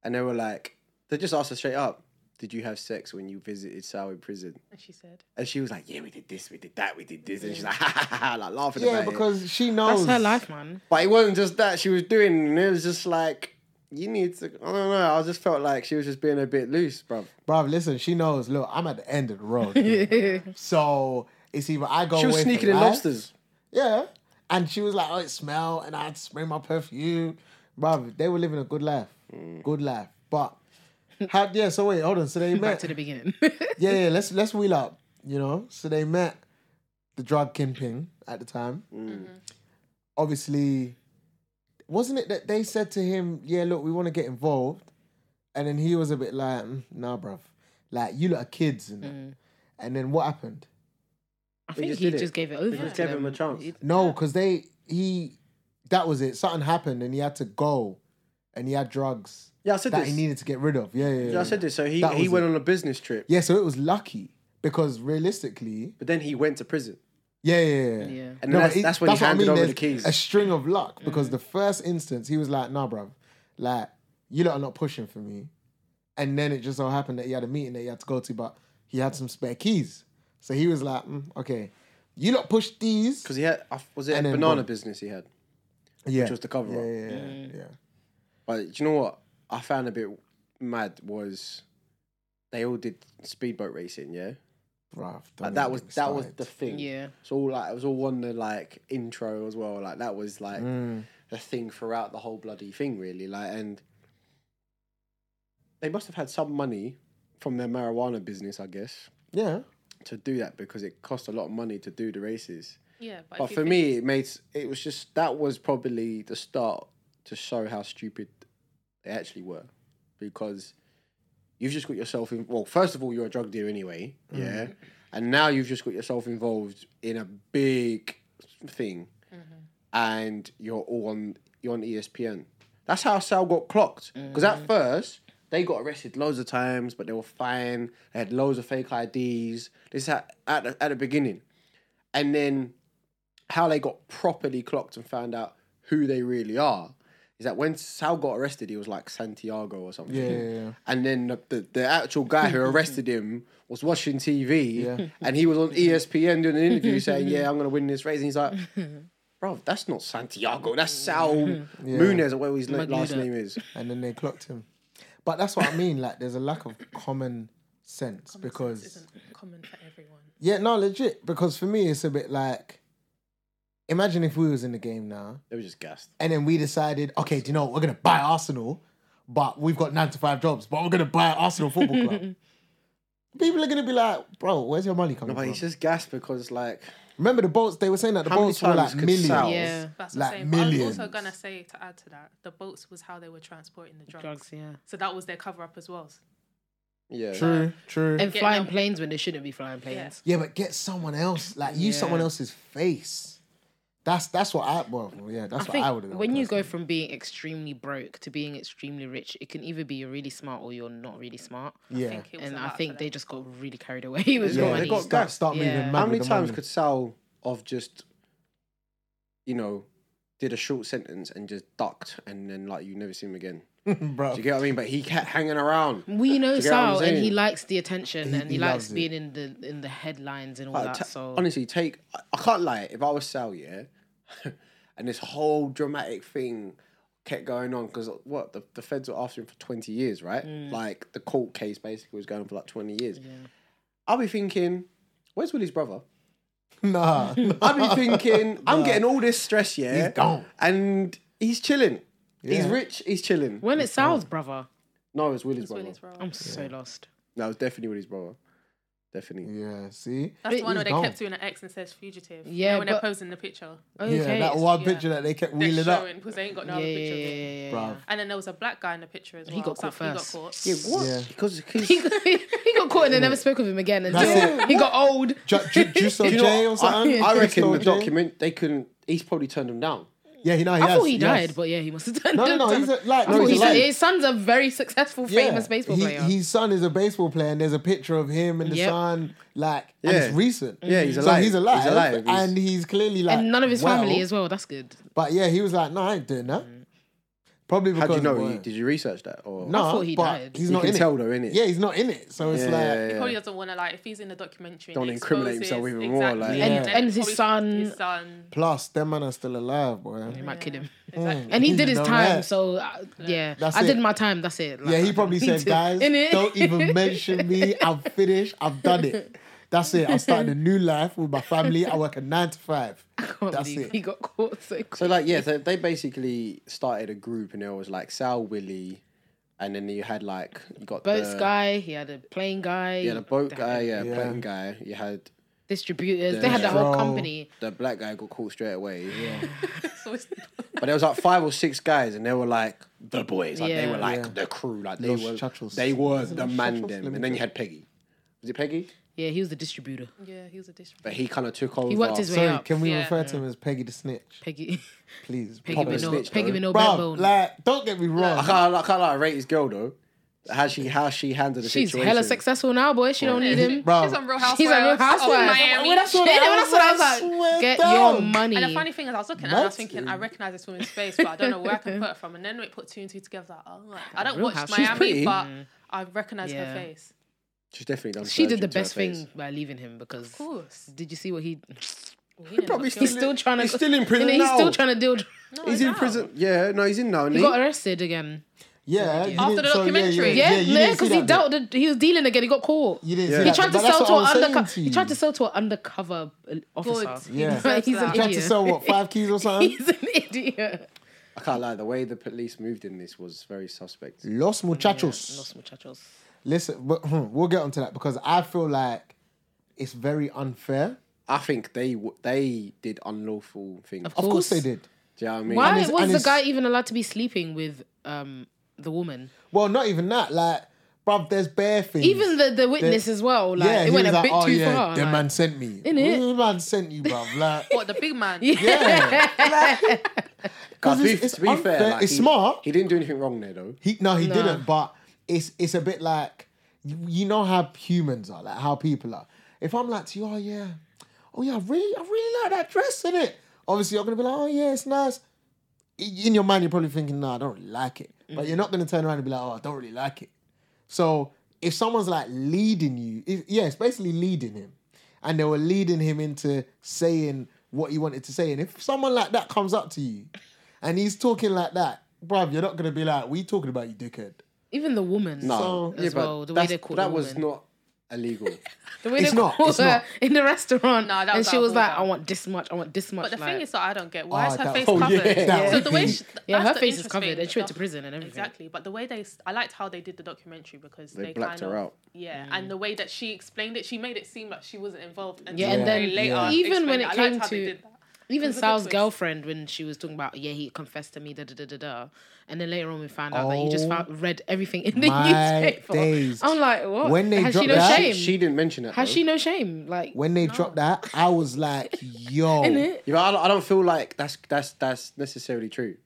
B: and they were like, they just asked her straight up, "Did you have sex when you visited Sal in prison?"
D: And she said,
B: And she was like, "Yeah, we did this, we did that, we did this," and she's like, "Ha ha ha,", like laughing
C: yeah,
B: about it.
C: because she
A: That's
C: knows
A: her life, man.
B: But it wasn't just that she was doing, and it was just like. You need to. I don't know. I just felt like she was just being a bit loose, bruv.
C: Bruv, listen, she knows. Look, I'm at the end of the road. here. so it's either I go.
B: She was
C: away for
B: sneaking in
C: life-
B: lobsters.
C: Yeah, and she was like, "Oh, it smell," and I'd spray my perfume. Bruv, they were living a good life, good life. But how? Yeah. So wait, hold on. So they
A: Mm. Back
C: met.
A: to the beginning.
C: yeah, yeah. Let's let's wheel up. You know. So they met the drug kingpin at the time.
A: Mm.
C: Mm-hmm. Obviously, wasn't it that they said to him, "Yeah, look, we want to get involved," and then he was a bit like, "Mm, "Nah, bruv, like you lot are kids," and, that."
A: Mm.
C: and then what happened?
A: I think
B: just
A: he
B: did it.
A: just gave it over.
B: just
A: to
B: gave him
A: them.
B: a chance.
A: He-
C: No, because they he that was it. Something happened and he had to go and he had drugs
B: Yeah, I said
C: that
B: this.
C: he needed to get rid of. Yeah, yeah, yeah.
B: Yeah, I said this. So he,
C: That
B: he
C: was
B: went
C: it.
B: on a business trip,
C: Yeah, so it was lucky because realistically,
B: but then he went to prison.
C: yeah, yeah, yeah.
A: Yeah.
B: And that's-
C: but it-
B: that's when he
C: what
B: handed over
C: there's
B: the keys.
C: A string of luck because the first instance he was like, "Nah, bruv, like you lot are not pushing for me," and then it just so happened that he had a meeting that he had to go to, but he had some spare keys, so he was like, mm, "Okay, you lot push these."
B: Because he had, I- was it
C: And
B: a
C: then
B: banana
C: gone.
B: business he had?
C: yeah,
B: was the cover
C: Yeah,
B: up.
C: yeah, yeah, yeah.
B: But do you know what I found a bit mad was they all did speedboat racing, yeah.
C: Bruv, don't
B: Like, Uh, that
C: even
B: was
C: get me
B: that was
C: started.
B: the thing.
A: Yeah.
B: It's all like it was all on the like intro as well. Like that was like the thing throughout the whole bloody thing, really. Like and they must have had some money from their marijuana business, I guess,
C: Yeah.
B: to do that because it cost a lot of money to do the races.
D: yeah, but,
B: But
D: if
B: for
D: you
B: me, it made it was just that was probably the start to show how stupid they actually were, because you've just got yourself in. Well, first of all, you're a drug dealer anyway, yeah, and now you've just got yourself involved in a big thing, and you're all on you're on E ESPN. That's how Sal got clocked because
C: Mm.
B: at first. They got arrested loads of times, but they were fine. They had loads of fake IDs. This is at, at, the, at the beginning. And then how they got properly clocked and found out who they really are is that when Sal got arrested, he was like Santiago or something.
C: Yeah, yeah, yeah.
B: And then the, the, the actual guy who arrested him was watching TV and he was on E ESPN doing an interview saying, Yeah, I'm going to win this race. And he's like, Bro, that's not Santiago. That's Sal Munez, or whatever his na- last
A: Magnuda.
B: name is.
C: and then they clocked him. But that's what I mean. Like, there's a lack of common sense
D: think
C: because
D: this isn't common for everyone.
C: yeah, no, legit. Because for me, it's a bit like, imagine if we was in the game now,
B: They were just gassed.
C: and then we decided, okay, do you know what? we're gonna buy Arsenal, but we've got nine to five jobs, but we're gonna buy Arsenal Football Club. People are gonna be like, bro, where's your money coming
B: No, but
C: from?
B: he's just gassed because like
C: Remember the boats? They were saying that the
B: How many
C: boats were
B: times
C: like
B: could
C: millions.
B: Sal-
A: Yeah,
D: That's
C: Like
D: the same. But I was
C: millions.
D: also gonna say to add to that, the boats was how they were transporting the drugs.
A: drugs. Yeah,
D: So that was their cover up as well.
B: yeah.
C: True, true.
A: and
D: Get
A: flying
D: them.
A: planes when they shouldn't be flying planes.
C: Yeah, but get someone else. Like use
A: Yeah.
C: someone else's face. That's that's what I well yeah that's
A: I
C: what
A: think
C: I would have done.
A: when you
C: personally.
A: go from being extremely broke to being extremely rich, it can either be you're really smart or you're not really smart.
C: yeah
D: I think it was
A: and
D: a
A: I
D: lot for
A: think
D: them.
A: they just got really carried away with
B: Yeah,
A: yeah,
B: they
A: money.
B: got-
C: start, start
A: Yeah.
C: moving. Mad
B: How
C: with
B: many
C: the
B: times
C: money.
B: could Sal of just, you know, did a short sentence and just ducked and then like you never see him again?
C: bro?
B: Do you get what I mean? But he kept hanging around.
A: we know
B: Do you get what I'm
A: Sal, and he
B: saying?
A: likes the attention,
C: He-
A: and he,
C: he
A: likes
C: loves it.
A: being in the in the headlines and all
B: Like,
A: that.
B: ta-
A: so
B: honestly, take I, I can't lie. If I was Sal, yeah, and this whole dramatic thing kept going on because what the, the feds were after him for twenty years, right? Like the court case basically was going for like twenty years. I'll be thinking, where's Willie's brother?
C: Nah,
B: I'll be thinking, I'm getting all this stress, yeah,
C: He's gone.
B: and he's chilling. He's
C: Yeah.
B: rich. He's chilling.
A: when it's Sal's brother,
B: No, it's Willie's brother.
D: Willie's role.
A: I'm so lost.
B: No, it's definitely Willie's brother. Definitely.
C: yeah. See,
D: That's the one
C: he's
D: where they
C: gone.
D: kept doing an X and says fugitive.
A: Yeah,
D: You know, when they're
A: but-
D: posing the picture.
A: Okay,
C: yeah, that
A: it's-
C: one
D: yeah.
C: picture that they kept
D: They're
C: wheeling up,
D: showing because they ain't got no
A: yeah,
D: other
A: yeah,
D: picture of
A: yeah,
D: him.
A: yeah, yeah,
C: bruv.
D: And then there was a black guy in the picture as well.
A: He got
D: so
A: caught
D: He got
A: first.
D: caught.
B: Yeah, what?
C: Yeah.
B: Because 'cause-
A: He got, he got caught and they never spoke of him again. Until
C: That's
A: he got old.
C: Ju- ju- Juice
B: Do you know
C: OJ or
B: what?
C: something.
B: I, I
C: Juice
B: reckon the
C: OJ?
B: document they couldn't. He's probably turned him down.
C: Yeah, he, no, he
A: I
C: has,
A: thought he
C: yes.
A: died, but yeah, he must have turned
C: No, no,
A: it
C: no,
A: down.
C: he's a- like-
A: I
C: no,
A: thought
C: he's
A: he's a-
C: alive.
A: his son's a very successful,
C: Yeah.
A: famous baseball
C: he,
A: player.
C: His son is a baseball player, and there's a picture of him and the
A: Yep. Mm.
C: son, like, and
B: Yeah.
C: it's recent.
B: Yeah, he's
C: So
B: alive.
C: he's alive,
B: He's alive. He's-
C: and he's clearly like,
A: and none of his
C: well,
A: family as well. That's good.
C: But yeah, he was like, "No, I ain't doing that."
A: Mm.
C: Probably
B: How
C: because
B: do you know?
C: well,
B: You- did you research that? Or
C: no,
A: thought he
C: but
A: died.
C: He's
B: you
C: not
B: can
C: in
B: tell
C: it.
B: though, innit?
C: Yeah, he's not in it, so it's
B: yeah,
C: like,
B: yeah,
D: He
B: yeah.
D: probably doesn't want to like if he's in the documentary.
B: Don't
D: and it
B: incriminate himself
D: exposes-
B: even more, like-
D: exactly.
C: And-
D: then
A: and
D: it
A: his
D: probably-
A: son-
D: His son.
C: plus them man are still alive, boy.
A: He might kill him.
D: Exactly.
A: And he
C: You
A: did his
C: know
A: time,
C: that.
A: so uh, yeah,
C: That's
A: I did
C: it.
A: my time. That's it. Like,
C: Yeah,
A: I
C: he probably
A: don't need
C: said,
A: to-
C: "Guys,
A: innit?"
C: don't even mention me. I'm finished. I've done it. That's it. I'm starting a new life with my family. I work a nine to five.
A: Can't
C: That's
A: believe
C: it.
A: He got caught so quick.
B: So like yeah, so they basically started a group and it was like Sal Willie, and then you had like you got
A: Boats
B: the,
A: guy, he had a plane guy,
B: Yeah, the boat guy, yeah,
C: Yeah.
B: plane guy. You had
A: distributors. They had the whole
C: Bro.
A: company.
B: the black guy got caught straight away.
D: So it's-
B: But there was like five or six guys, and they were like the boys. Like they
A: Yeah.
B: were like
C: Yeah.
B: the crew. Like they
C: Los
B: were
C: Chachos.
B: they were
C: Is it
B: the
C: Los
B: man
C: Chachos? Let
B: them.
C: me
B: And then you
C: check.
B: had Peggy. Was it Peggy?
A: Yeah, he was the distributor.
D: Yeah, he was a dish.
B: But he kind of took over.
A: He worked his way
C: Sorry,
A: up.
C: can we
D: Yeah.
C: refer to him as Peggy the Snitch,
A: Peggy,
C: please?
A: Peggy
B: Proper
A: with no,
B: snitch,
A: Peggy
B: though.
A: with no
C: Bro,
A: backbone.
C: like, don't get me
B: I
C: wrong.
B: can't, I can't like, rate his girl though. How she how she handled the
A: She's
B: situation.
A: hella successful now, boy. She don't need him.
C: Bro,
D: He's on Real
A: He's
D: Housewives.
A: a real
D: of
A: housewife.
D: Miami.
A: Well, that's what, yeah, well, that's what I was
C: Swear
A: like. Get
C: down.
A: your money.
D: And the funny thing is, I was looking at it and I was
C: That's-
D: thinking, I recognize this woman's face, but I don't know where I can put it from. And then we put two and two together. Like, oh, like, I don't
A: Real
D: watch
A: House- she's
D: Miami,
B: pretty.
D: but I recognize
A: Yeah.
D: her face.
B: She's definitely done.
A: she did the
B: surgery to her
A: best thing
B: face.
A: by leaving him because.
D: Of course.
A: Did you see what he?
D: Well, he didn't
B: probably
D: look
B: still
D: young.
A: He's still trying to.
B: He's still in prison
A: Innit? He's
B: now.
A: still trying to deal.
D: No,
B: He's in
D: no.
B: prison. Yeah, no, he's in now.
A: He
B: He
A: got arrested again.
C: Yeah, you didn't- so,
D: After the
C: yeah, you-
D: documentary.
A: Yeah,
C: you
A: yeah,
C: didn't see
A: because he
C: that bit.
A: dealt. The, he was dealing again. He got caught.
C: You didn't
B: Yeah.
C: see
B: He
A: He
C: that
A: tried
C: bit,
A: to
C: but that's
A: sell to
C: what I
A: an
C: was saying
A: undercover.
C: to
A: He
C: you.
A: tried to sell to an undercover uh, officer.
D: Good. He
C: Yeah.
D: deserves
A: He's an
D: that.
C: He tried to
A: idiot.
C: sell what five keys or something.
A: He's an idiot.
B: I can't lie. The way the police moved in this was very suspect.
C: Los muchachos.
A: Los muchachos.
C: Listen, but hmm, we'll get onto that because I feel like it's very unfair.
B: I think they w- they did unlawful things.
C: Of course they did.
B: Do you know what I mean?
A: Why
C: it's-
A: was
C: and
A: the
C: it's-
A: guy even allowed to be sleeping with um the woman?
C: Well, not even that. Like, bruv, there's bare things.
A: Even the, the witness as well. Like
C: yeah,
A: it
C: he
A: went
C: was
A: a
C: like,
A: bit
C: oh,
A: too
C: yeah,
A: far.
C: The
A: like,
C: man sent me.
A: Innit?
C: The man sent you, bruv. Like,
D: What, the big man?
C: yeah. Because
B: To be-
C: it's, it's
B: to be
C: unfair.
B: fair, like,
C: it's
B: he-
C: smart.
B: He didn't do anything wrong there though.
C: He no, he didn't. But it's it's a bit like you, you know how humans are, like how people are. If I'm like to you, oh yeah, oh yeah, I really, I really like that dress in it. Obviously, you're gonna be like, oh yeah, it's nice. I- In your mind, you're probably thinking, no, I don't really like it. But you're not gonna turn around and be like, oh, I don't really like it. So if someone's like leading you, if, yeah, it's basically leading him, and they were leading him into saying what he wanted to say. And if someone like that comes up to you, and he's talking like that, bruv, you're not gonna be like, "We talking about you, dickhead."
A: Even the woman.
B: No,
A: as well, the way they called
B: that
A: the
B: was
A: woman.
B: not illegal.
A: The way
C: It's
A: they
C: not,
A: called
C: it's
A: her
C: not.
A: in the restaurant,
D: No, that
A: and
D: was
A: she
D: our
A: was like,
D: order.
A: "I want this much. I want this much."
D: But the
A: like-
D: thing is that I don't get why
C: Oh,
D: is her
C: that-
D: face
B: oh,
D: covered?
B: yeah.
C: That
D: So
C: would
D: the way
C: be-
D: she,
A: yeah,
D: that's
A: her
D: the
A: face is
D: interesting
A: covered. And she went to
D: stuff.
A: prison and everything.
D: Exactly, but the way they, I liked how they did the documentary because
B: They
D: they,
B: blacked
D: kind
B: her
D: of,
B: out.
D: Yeah,
C: Mm.
D: and the way that she explained it, she made it seem like she wasn't involved. And
A: Yeah, and
D: very
A: then
D: later,
C: yeah.
A: even when
D: explained
A: it
D: I liked
A: came
D: how they
A: to-
D: did that.
A: Even
D: was a good
A: Sal's
D: twist.
A: girlfriend, when she was talking about, yeah, he confessed to me, da da da da da, and then later on we found out that he just
C: Oh,
A: found, read everything in the
C: my
A: newspaper.
C: days.
A: I'm like, what?
C: When they
A: has she
C: dropped
A: no
C: that-
A: shame?
B: She didn't mention that.
A: has
B: though.
A: she no shame? Like,
C: When they dropped that, I was like, yo.
A: innit?
B: You know, I, don't- I don't feel like that's that's that's necessarily true.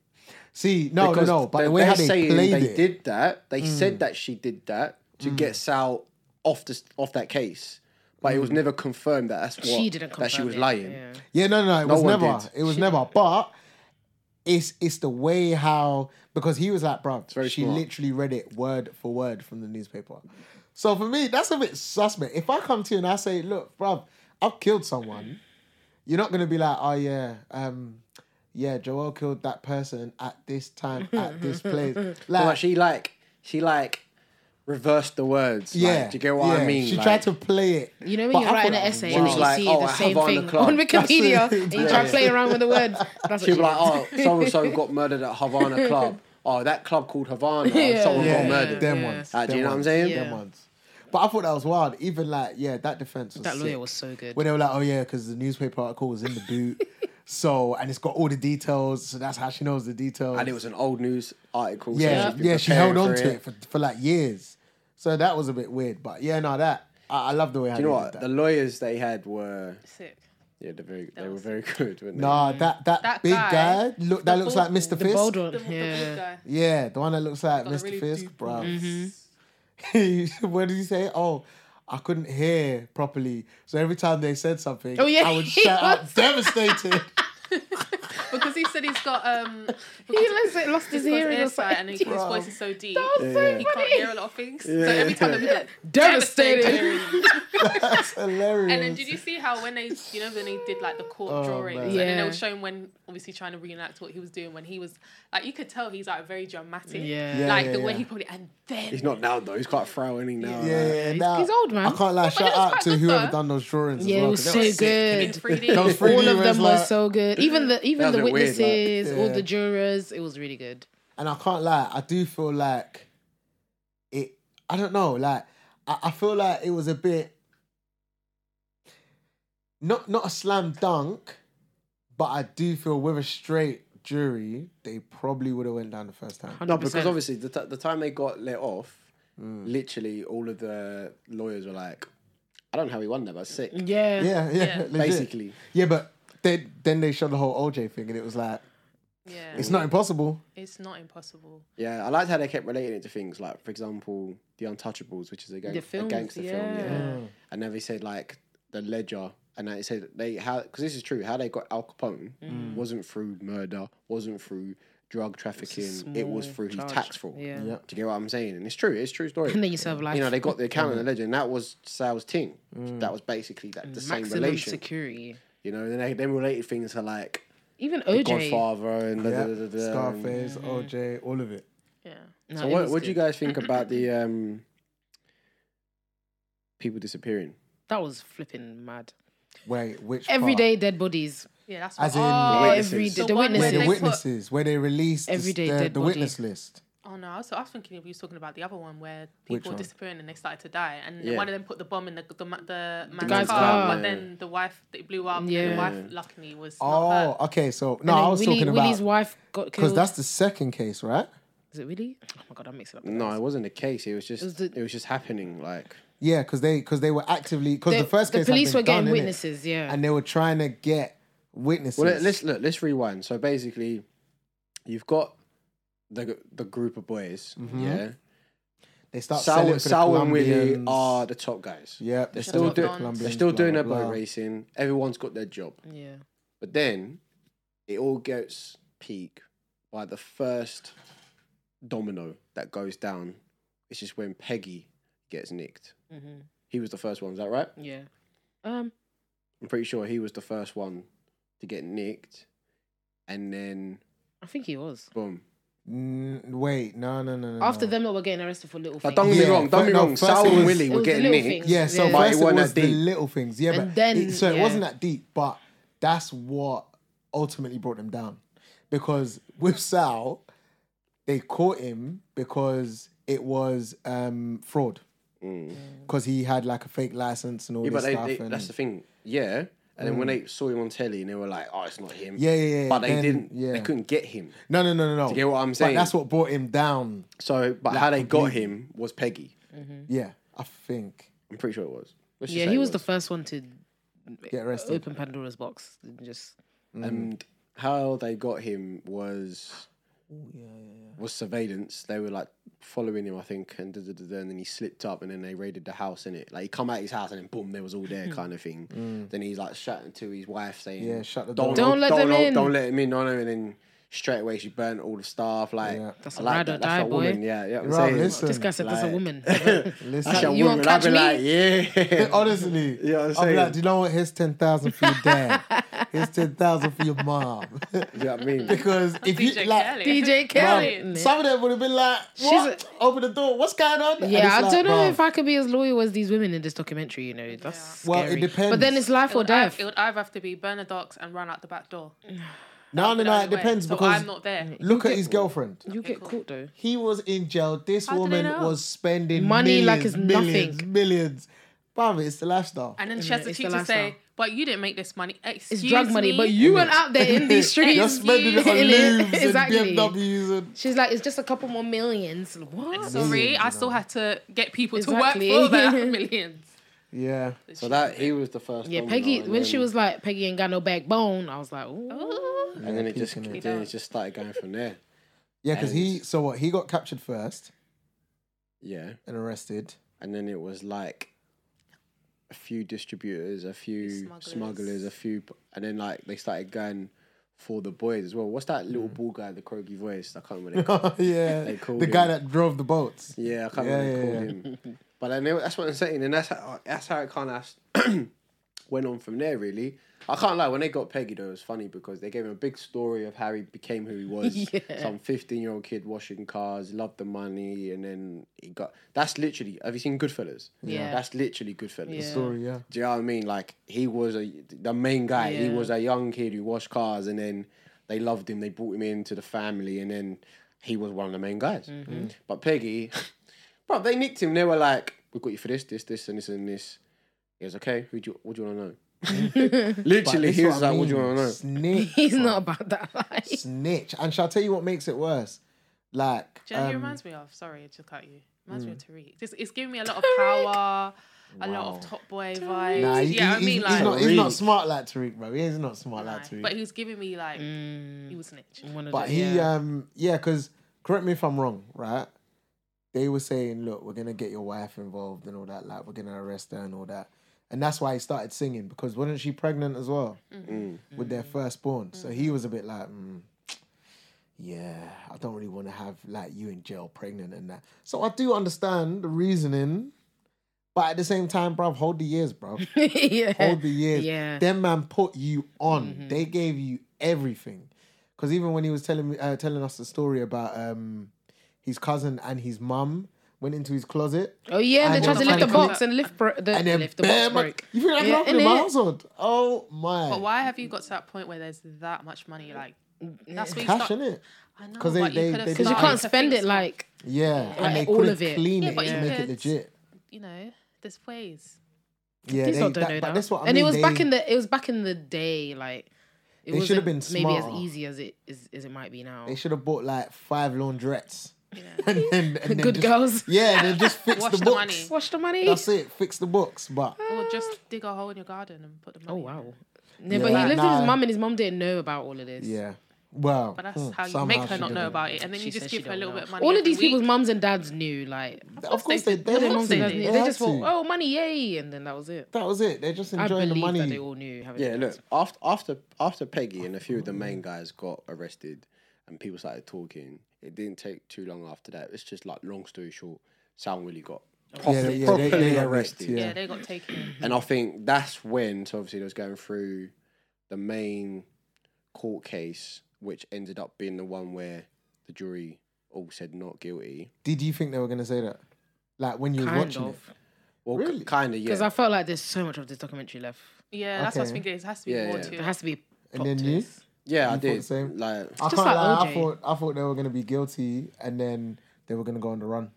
C: See, no, no,
B: Because
C: no. But
B: they're-
C: the way how they
B: they're saying
C: played
B: they
C: it. Mm.
B: did that. They said that she did that to get Sal off this off that case, but it
C: Mm.
B: was never confirmed that that's what
A: She didn't confirm
B: that she was
A: it.
B: lying.
A: Yeah.
C: Yeah, no, no, no. It was
B: one
C: never.
B: did.
C: It was never. But it's it's the way how because he was like, bro,
B: very
C: she
B: smart.
C: literally read it word for word from the newspaper. So for me, that's a bit suspect. If I come to you and I say, look, bro, I've killed someone, you're not gonna be like, oh yeah, um, yeah, Joel killed that person at this time at this place.
B: But,
C: Like,
B: like, she like she like reversed the words. Like,
C: yeah,
B: do you get what
C: yeah.
B: I mean?
C: She
B: Like,
C: tried to play it.
A: You know when
C: But
A: you
C: I
A: write
C: thought
A: an
C: that was
A: essay
C: wild.
A: and
B: She
A: you
B: was
A: see
B: like, "Oh, I
A: the
B: have
A: same
B: Havana
A: thing
B: Club."
A: on
B: That's
C: it.
A: Wikipedia and you try to
B: Yeah.
A: play around with the words. That's what
B: She
A: she
B: was like,
A: did.
B: oh, so and so got murdered at Havana Club. Oh, that club called Havana.
A: Yeah.
B: Someone
C: yeah,
B: got murdered.
C: Them
A: yeah.
C: ones.
B: Uh, do
C: them
B: you know what I'm
C: ones,
B: saying?
C: Them
A: Yeah.
C: ones. But I thought that was wild. Even like, yeah, that defense was
A: That
C: sick.
A: lawyer was so good.
C: When they were like, oh yeah, because the newspaper article was in the boot. so, and it's got all the details. So that's how she knows the details.
B: And it was an old news article. so
C: yeah,
B: she's been
C: yeah, she
B: preparing
C: held on
B: for
C: to it for, for like years. So that was a bit weird. But yeah, no, that, I, I love the way how
B: You know
C: they
B: what?
C: did
B: The
C: that.
B: lawyers they had were
D: Sick.
B: yeah, they're very they were very good. Weren't they?
C: Nah, that, that,
D: That
C: big
D: guy,
C: guy, look, that
D: the
C: looks
D: bald-
C: like Mr.
A: the
C: Fisk.
A: bold one,
D: The, the big
A: yeah.
D: guy.
C: Yeah, the one that looks like
D: Got a
C: Mr.
D: really
C: Fisk,
D: deep
C: bro.
D: voice.
A: Mm-hmm.
C: what did he say? Oh, I couldn't hear properly. So every time they said something,
A: Oh, yeah,
C: I would
A: he
C: shout out
A: was-
C: devastated.
D: because he said he's got um.
A: He lost, it- lost his
D: His ear
A: hearing or
D: is like, and his
A: something.
C: Bruv.
D: voice is so deep,
A: That was so funny.
D: he can't hear a lot of things. So every time they'll be like,
A: Devastated.
D: "Devastated."
C: That's hilarious.
D: And then did you see how when they, you know, when they did like the court
C: Oh,
D: drawings,
C: man.
D: and then they
A: Yeah.
D: were showing when obviously trying to reenact what he was doing when he was like, you could tell he's like very dramatic,
A: Yeah.
C: Yeah,
D: like
C: yeah,
D: the way
C: yeah.
D: he probably and then
B: He's not now though. He's quite frowny now.
C: Yeah,
B: like.
C: yeah,
A: he's-
C: nah.
A: he's old, man.
C: I can't like
D: But
C: shout
D: it was
C: out
D: quite
C: to
D: good,
C: whoever
D: though.
C: done those drawings.
A: Yeah,
C: as well,
A: it was
C: 'cause
A: so
C: they were sick.
D: in
A: good.
D: 3D,
C: That was
D: it
C: 3D
A: all of
C: was
A: them were
C: like-
A: so good. Even the even
B: That
A: the
B: was a weird, like-
A: witnesses, all
C: Yeah.
A: the jurors, it was really good.
C: And I can't lie, I do feel like it. I don't know, like I, I feel like it was a bit not not a slam dunk, but I do feel with a straight jury they probably would have went down the first time.
B: No,
A: 100%.
B: because obviously the, t- the time they got let off,
C: Mm.
B: literally all of the lawyers were like, "I don't know how he won that, but sick."
A: yeah,
C: Yeah, yeah,
D: Yeah.
C: legit.
B: Basically,
C: Yeah, but then then they showed the whole OJ thing, and it was like
D: yeah,
C: it's not impossible.
D: it's not impossible.
B: yeah. I liked how they kept relating it to things like, for example, The Untouchables, which is a, gang-
A: The
B: a
A: films,
B: gangster film.
A: yeah.
B: Yeah. And then they said like the ledger, and they said they how because this is true. How they got Al Capone
A: Mm.
B: wasn't through murder, wasn't through drug trafficking. It was
A: small
B: through his
A: charge.
B: tax fraud.
A: Yeah.
C: Yeah.
B: Do you get what I'm saying? And it's true. It's a true story.
A: And then you serve life. Mm.
B: you know, they got the account and the legend. That was Sal's team. That was basically that the same
A: maximum
B: relation.
A: security.
B: you know, then they then related things to like
A: Even OJ.
B: Godfather and da,
C: Yeah,
B: da, da, da, da.
C: Scarface, OJ, all of it.
D: Yeah,
A: No,
B: So
A: it
B: what
A: was
B: what do you
A: good.
B: guys think about the um people disappearing?
A: That was flipping mad.
C: Wait, which
A: Every
C: part?
A: day dead bodies.
D: yeah, that's
C: As in-
D: what- oh,
B: The
A: Every
B: witnesses.
A: day,
D: The
A: the
D: one where
C: Where
A: witnesses.
C: the
D: they put-
C: witnesses, where they released the-
A: Every day
C: the,
A: dead
C: the
A: body.
C: witness list.
D: Oh no! I was, I was thinking of you talking about the other one where
C: Which
D: people were
C: one?
D: disappearing and they started to die, and
B: Yeah.
D: one of them put the bomb in the the, ma- the man's
A: guy's
D: car,
A: car.
D: but then the wife it blew up. and
A: Yeah.
D: the wife luckily was
C: Oh,
D: not hurt.
C: okay. So
A: And
C: no, I
A: then
C: was
A: Willie,
C: talking
A: Willie's
C: about
A: wife got
C: because
A: killed.
C: that's the second case, right?
A: Is it Willie? Oh my god, I mixed it up.
B: No, it wasn't the case. It was just it was,
A: was the-
B: just happening. Like
C: Yeah, because they because they were actively because the,
A: The,
C: first
A: the
C: case had
A: police
C: been
A: were getting
C: done, innit?
A: witnesses. Yeah.
C: and they were trying to get witnesses.
B: well, let, us look. Let's rewind. So basically, you've got the the group of boys.
C: Mm-hmm.
B: Yeah,
C: they start selling
B: Sal,
C: for
B: Sal
C: the
B: and Willie
C: Colombians.
B: are the top guys.
C: yeah, they're selling for
B: still
C: the
B: do-
C: Colombians,
B: They're still
C: blah,
B: doing
C: blah,
B: their boat
C: blah.
B: racing. Everyone's got their job.
A: yeah.
B: But then it all gets peak by the first domino that goes down. It's just when Peggy gets nicked.
A: Mhm.
B: He was the first one, is that right?
A: Yeah. Um.
B: I'm pretty sure he was the first one to get nicked. And then,
A: I think he was.
B: boom.
C: N- wait, no, no, no, no.
A: After
C: no.
A: them, that were getting arrested for little
B: But
A: things.
B: don't get me
C: Yeah,
B: wrong, don't
C: but
B: get me
C: no,
B: wrong.
C: first
B: Sal
C: it
B: and
C: was-
B: Willie
A: it
B: were
A: was the
B: getting
A: little
B: nicked.
A: things.
C: Yeah, so
A: Yeah.
B: But it
C: first it
B: wasn't
C: was
B: that
C: the
B: deep.
C: little things. Yeah,
A: And
C: but
A: then-
C: it, so it
A: yeah.
C: wasn't that deep, but that's what ultimately brought them down. Because with Sal, they caught him because it was um, fraud. Because he had like a fake license and all
B: Mm. Yeah,
C: this
B: but they,
C: stuff.
B: they,
C: and Mm.
B: that's the thing. Yeah. And then when they saw him on telly and they were like, oh, it's not him.
C: Yeah, yeah, yeah,
B: But they
C: then-
B: didn't,
C: yeah.
B: they couldn't get him.
C: no, no, no, no, no.
B: get what I'm saying?
C: But that's what brought him down.
B: So, but how they got him was Peggy.
A: Mm.
C: Yeah, I think.
B: I'm pretty sure it was. Let's just
A: Yeah,
B: say
A: he
B: it
A: was the first one to
C: Get arrested.
A: open Pandora's box and just
C: Mm.
B: And how they got him was was surveillance. They were like following him, I think, and da, da, da, da, and then he slipped up, and then they raided the house in it. Like he come out his house, and then boom, they was all there, kind of thing. Then he's like shouting to his wife, saying,
C: Mm. Yeah, shut the door.
B: don't,
A: Don't let
B: don't,
A: them
B: don't,
A: in."
B: don't let him in, no, no." And then straight away she burnt all the stuff. Like
C: Yeah.
A: That's
B: I
A: a
B: like
A: ride or
B: that. That's
A: die,
B: a
A: boy.
B: woman. Yeah, yeah. I'm
C: Bruv,
B: saying,
C: listen.
A: this guy said that's a
B: like-
A: woman.
C: Listen,
B: That's a
A: You won't
B: woman. I'd be
A: catch me.
B: like, yeah.
C: Honestly,
B: Yeah, I'm
C: I'll be
B: saying.
C: like, do you know what? Here's ten thousand for your dad. Here's ten thousand for your mom.
B: you know what I mean?
C: because if you
D: DJ
C: like,
D: Kelly.
A: DJ Kelly.
C: bruv, some of them would have been like, "What?
A: She's
C: Open the door. What's going on?" And
A: Yeah, I
C: it's like,
A: don't know
C: bruv,
A: if I could be as loyal as these women in this documentary. You know, that's
C: Well, it
A: scary. But
C: depends.
A: then it's life
D: It
A: or
D: would, either,
A: death.
D: it would either have to be burn the docks and run out the back door.
C: No, no, no. It
D: Either way.
C: depends
D: so
C: because
D: I'm not there.
C: look at his girlfriend.
A: You get
D: cool.
A: caught though.
C: He was in jail. This
D: do they
C: woman
D: know?
C: was spending
A: Money like
C: millions,
A: it's
C: millions,
A: nothing.
C: millions. Bruv, it's the lifestyle.
D: And then she has
A: it?
D: to
A: It's the
D: teach to say,
A: lifestyle.
D: "But you didn't make this money. Excuse
A: It's drug money,
D: me.
A: but you went out there in these streets.
C: You're spending it on
A: In
C: lubes
A: exactly.
C: and BMWs and
A: She's like, it's just a couple more millions. What?
D: Sorry, I still had to get people
A: Exactly.
D: to work for that millions.
C: yeah.
B: So that he was the first. um,
A: yeah,
B: domino,
A: Peggy.
B: and
A: When
B: then-
A: she was like, Peggy ain't got no backbone. I was like,
D: Oh.
A: Ooh.
B: and then it just
C: peeking it.
B: then it just started going from there.
C: Yeah, because he so what? He got captured first
B: Yeah,
C: and arrested.
B: and then it was like a few distributors, a few smugglers,
D: smugglers.
B: a few, and then like they started going for the boys as well. What's that little ball guy, with the croaky voice? I can't remember.
C: Oh yeah,
B: They called
C: the guy
B: him.
C: that drove the boats.
B: yeah, I can't
C: Yeah,
B: remember
C: yeah,
B: what they called him. But then it- that's what I'm saying, and that's how that's how it kind of went on from there. Really, I can't lie. When they got Peggy, though, it was funny because they gave him a big story of how he became who he was.
A: Yeah.
B: Some fifteen-year-old kid washing cars, loved the money, and then he got. That's literally. Have you seen Goodfellas?
A: Yeah.
B: That's literally Goodfellas.
A: Yeah.
C: Story, yeah.
B: Do you know what I mean? Like he was a the main guy. He
A: Yeah.
B: was a young kid who washed cars, and then they loved him. They brought him into the family, and then he was one of the main guys. Mm. But Peggy, bro, they nicked him. They were like, "We got you for this, this, this, and this, and this." He was okay. Who do you, what do you want to know?
C: But
B: Literally,
C: this
B: he
C: what
B: was
C: I
B: like, "What do you
C: mean,
B: want to know?"
C: Snitch.
A: he's not about that life.
C: snitch. And shall I tell you what makes it worse? Like,
D: Do you know who it
C: um, Hmm.
D: reminds me of? Sorry to cut you. Reminds me of Tariq. It's, it's giving me a lot of power, a lot of top boy vibes.
C: nah, he- he-
D: yeah, I mean
C: he's,
D: like,
C: he's not, he's
B: Tariq.
C: not smart like Tariq, bro. He's not smart
D: nah,
C: like Tariq.
D: but he was giving me like
C: Hmm.
D: he was snitch.
A: One of
C: But
A: the-
C: he,
A: yeah.
C: um, yeah, because correct me if I'm wrong, right? They were saying, look, we're gonna get your wife involved and all that, like we're gonna arrest her and all that, and that's why he started singing because wasn't she pregnant as well with their firstborn? So he was a bit like, mm, yeah, I don't really want to have like you in jail pregnant and that. So I do understand the reasoning, but at the same time, bruv, hold the years, bruv
A: yeah.
C: uh, hold the years.
A: Yeah. Mm-hmm.
C: Them man put you on. They gave you everything. Because even when he was telling me, uh, telling us the story about um, his cousin and his mum went into his closet
A: Oh yeah, and they
C: And
A: tried to
D: then
A: lift the
D: finally-
A: box and lift bro- the
C: and then
A: lift the box
C: bam,
A: broke.
C: you think that
A: Yeah,
C: yeah, in my
A: innit?
C: household? Oh my!
D: But why have you got to that point where there's that much money? Like that's where you
C: Cash
D: start.
C: in it?
D: I know,
C: 'Cause they-
D: but
C: they-
D: you could
C: they
D: have
A: Because you
C: Like,
A: can't
C: it's
A: spend it like
C: Yeah, and they
A: all
C: couldn't
A: of it.
C: clean
D: Yeah,
C: it
D: but
C: to
D: you
C: make it
D: could-
C: legit.
D: you know. There's ways.
C: Yeah,
A: Please
C: they,
A: don't
C: that,
A: know
C: but
A: that.
C: that's what I
A: and
C: mean.
A: it was
C: they,
A: back in the it was back in the day, like it
C: They should have
A: wasn't
C: been
A: maybe as
C: smarter.
A: easy as it is as it might be now.
C: They should have bought like five laundrettes. and then, and then
A: Good
C: just,
A: girls.
C: Yeah, and then just fix
D: Wash
C: the
D: the
C: books.
D: money.
A: Wash the money.
C: That's it. Fix the books, but.
D: Or just dig a hole in your garden and put the money.
A: Oh
D: in.
A: wow. No, but he
C: Yeah.
A: lived with
C: Nah.
A: his mum and his mum didn't know about all of this.
C: Yeah. Well,
D: But that's
C: hmm,
D: how you
C: somehow
D: make her
C: she
D: not know
C: didn't.
D: about it, and then
A: She
D: you
A: said
D: just
A: she
D: give her a
A: don't
D: little
A: know.
D: bit of money.
A: All of
D: every
A: these people's
D: week.
A: mums and dads knew, like
C: Of course they,
D: they
C: did.
D: did.
C: They,
A: their
D: Of course
A: mums and
C: wanted
D: they
A: dads
C: it.
D: did.
A: knew.
C: They
A: They just
C: had
A: thought,
C: to.
A: oh, money, yay, and then that was it.
C: that was it. They're just
A: I
C: enjoying
A: believe
C: the money.
A: that they all knew. having
B: Yeah,
A: kids.
B: look, after after after Peggy and a few of the main guys got arrested and people started talking, it didn't take too long after that. It's just like long story short, Sam Willie got
C: yeah,
B: properly,
C: they-
B: properly
C: they got
B: arrested.
C: nicked,
D: Yeah, they got taken.
B: And I think that's when so obviously they was going through the main court case, which ended up being the one where the jury all said not guilty.
C: Did you think they were gonna say that? Like when you were
A: Kind
C: watching
A: of.
B: Well,
C: Really?
B: kind of, yeah.
A: Because I felt like there's so much of this documentary left.
D: Yeah, that's what I was
C: Okay.
D: thinking. It has to be
B: Yeah,
D: more
B: yeah.
D: to
A: There
D: it.
A: has to be. Pop
C: And then you?
A: twist.
B: yeah, I
C: thought the
B: did.
C: same?
B: Like,
C: it, I
A: just
C: can't
A: like
C: lie. I
A: OJ.
C: thought I thought they were gonna be guilty, and then they were gonna go on the run.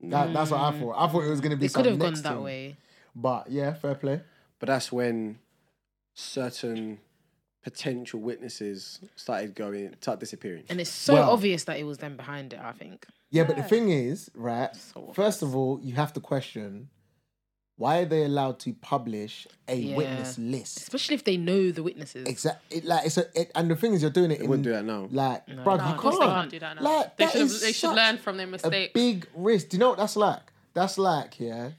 C: That, That's what I thought. I thought it was gonna be.
A: It could
C: some
A: have gone
C: next
A: that
C: thing.
A: way.
C: But yeah, fair play.
B: but that's when certain potential witnesses started going, started disappearing.
A: And it's so
C: Well-
A: obvious that it was them behind it, I think.
C: Yeah, but the thing is, right? first of all, you have to question why are they allowed to publish a
A: Yeah.
C: witness list?
A: Especially if they know the witnesses.
C: Exactly. Like it's a. It, and the thing is, you're doing it. in,
B: wouldn't do that now.
C: Like,
A: No.
C: bro,
A: No,
D: No,
C: you
D: of course
C: can't.
D: they can't do that now.
C: Like,
D: they
C: that
D: should have,
C: is
D: they should
C: such
D: learn from their
C: a
D: mistakes.
C: big risk. Do you know what that's like? That's like, yeah,